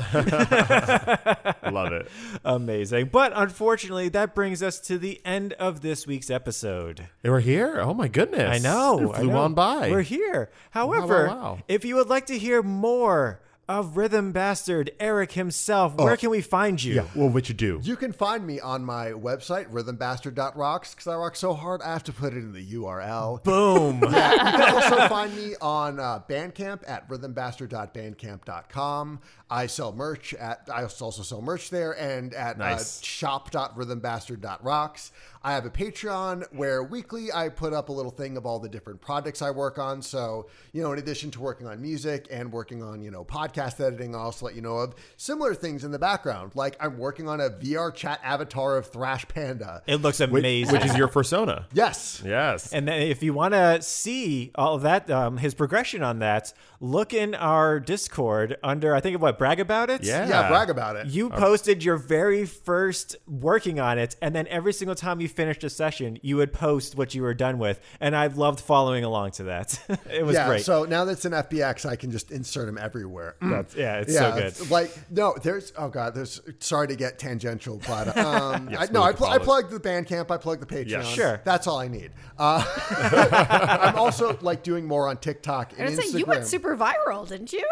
S3: Love it.
S2: Amazing. But unfortunately, that brings us to the end of this week's episode.
S3: They were here. Oh my goodness!
S2: I know.
S3: It
S2: I
S3: flew
S2: know.
S3: on by.
S2: We're here. However,
S3: wow, wow.
S2: if you would like to hear more of Rhythm Bastard Eric himself, where can we find you?
S3: Oh. Yeah. Well, what you do?
S6: You can find me on my website, rhythmbastard.rocks, because I rock so hard I have to put it in the URL.
S2: Boom.
S6: you can also find me on uh, Bandcamp at rhythmbastard.bandcamp.com. I sell merch at I also sell merch there and at
S3: Nice.
S6: uh, shop.rhythmbastard.rocks. I have a Patreon where weekly I put up a little thing of all the different projects I work on. So, you know, in addition to working on music and working on, you know, podcast editing, I'll also let you know of similar things in the background. Like I'm working on a VR chat avatar of Thrash Panda.
S2: it looks
S3: Which,
S2: amazing.
S3: which is your persona?
S6: Yes.
S3: Yes.
S2: and then if you want to see all of that, um, his progression on that, look in our Discord under, I think, what, Brag About It?
S3: Yeah.
S6: yeah, brag about it.
S2: You posted your very first working on it, and then every single time you finished a session, you would post what you were done with. And I loved following along to that. it was
S6: yeah,
S2: great. Mm.
S6: so now that's in FBX, I can just insert them everywhere.
S2: That's- yeah, it's so good.
S6: it's Like no, there's oh god, there's sorry to get tangential, but um,
S3: Yes,
S6: I, no,
S3: move
S6: I,
S3: to
S6: pl- I
S3: follow.
S6: plugged the Bandcamp, I plugged the Patreon.
S3: Yeah.
S2: Sure.
S6: that's all I need. Uh, I'm also like doing more on TikTok and
S5: And it's
S6: Instagram.
S5: like you went super viral, didn't you?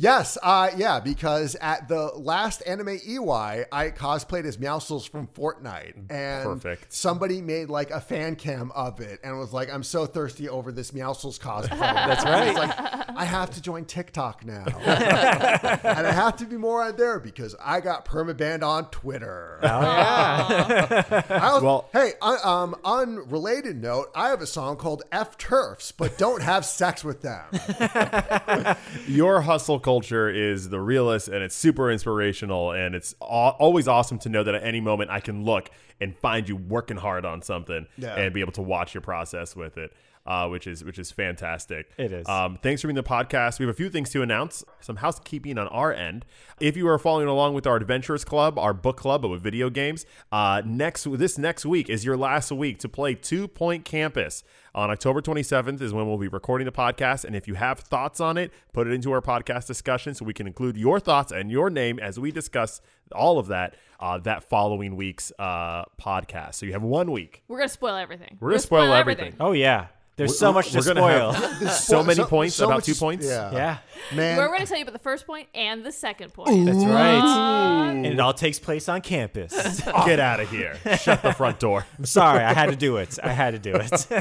S6: yes, uh, yeah, because at the last anime EY, I cosplayed as Meowsles from Fortnite, and
S3: Mm, Perfect.
S6: somebody made like a fan cam of it and was like, "I'm so thirsty over this Meowsles cosplay."
S2: That's right.
S6: It's like, I have to join TikTok now. and I have to be more on there because I got permabanned on Twitter. I also-
S3: Oh, Well-
S6: hey, un- um, unrelated note, I have a song called F Turfs, but don't have sex with them.
S3: Your hustle culture is the realest and it's super inspirational. And it's al- always awesome to know that at any moment I can look and find you working hard on something
S6: Yeah.
S3: and be able to watch your process with it. Uh, which is which is fantastic.
S2: It is.
S3: Um, thanks for being the podcast. We have a few things to announce. Some housekeeping on our end. If you are following along with our Adventurers Club, our book club with video games, uh, next this next week is your last week to play Two Point Campus. On October 27th is when we'll be recording the podcast. And if you have thoughts on it, put it into our podcast discussion so we can include your thoughts and your name as we discuss all of that uh, that following week's uh, podcast. So you have one week.
S4: We're gonna spoil everything.
S3: We're gonna spoil everything.
S2: oh, yeah. There's so much to
S3: We're gonna
S2: spoil.
S3: have so many points, about two points.
S6: Yeah.
S2: yeah.
S6: Man,
S4: We're gonna tell you about the first point and the second point.
S2: That's right. And it all takes place on campus.
S3: Get out of here. Shut the front door.
S2: I'm sorry. I had to do it. I had to do it.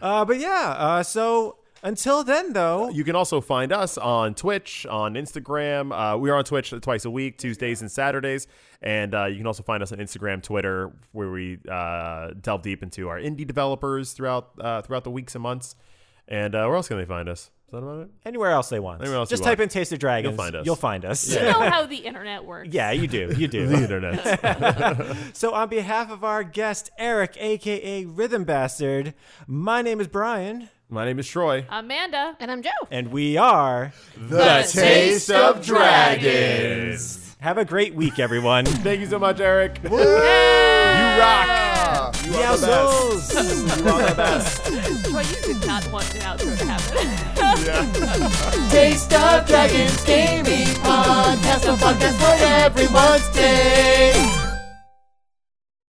S2: uh, but yeah, uh, so Until then, though,
S3: You can also find us on Twitch, on Instagram. Uh, we are on Twitch twice a week, Tuesdays and Saturdays. And uh, you can also find us on Instagram, Twitter, where we uh, delve deep into our indie developers throughout uh, throughout the weeks and months. And uh, where else can they find us? Is that about it?
S2: anywhere else they want.
S3: Anywhere else
S2: Just
S3: you
S2: type
S3: want.
S2: in Taste of Dragons.
S3: You'll find us.
S2: You'll find us.
S4: You know how the internet works.
S2: yeah, you do. You do.
S3: The internet.
S2: So, on behalf of our guest, Eric, aka Rhythm Bastard, my name is Brian,
S3: My name is Troy.
S4: Amanda.
S5: And I'm Joe.
S2: and we are.
S6: The taste of
S4: dragons.
S2: Have a great week, everyone.
S3: Thank you so much, Eric. you rock. You are the best.
S2: Yowzos!
S3: You are the best.
S4: Well, you did not want an outro to happen.
S1: Taste of Dragons Gaming Podcast, a podcast for everyone's taste.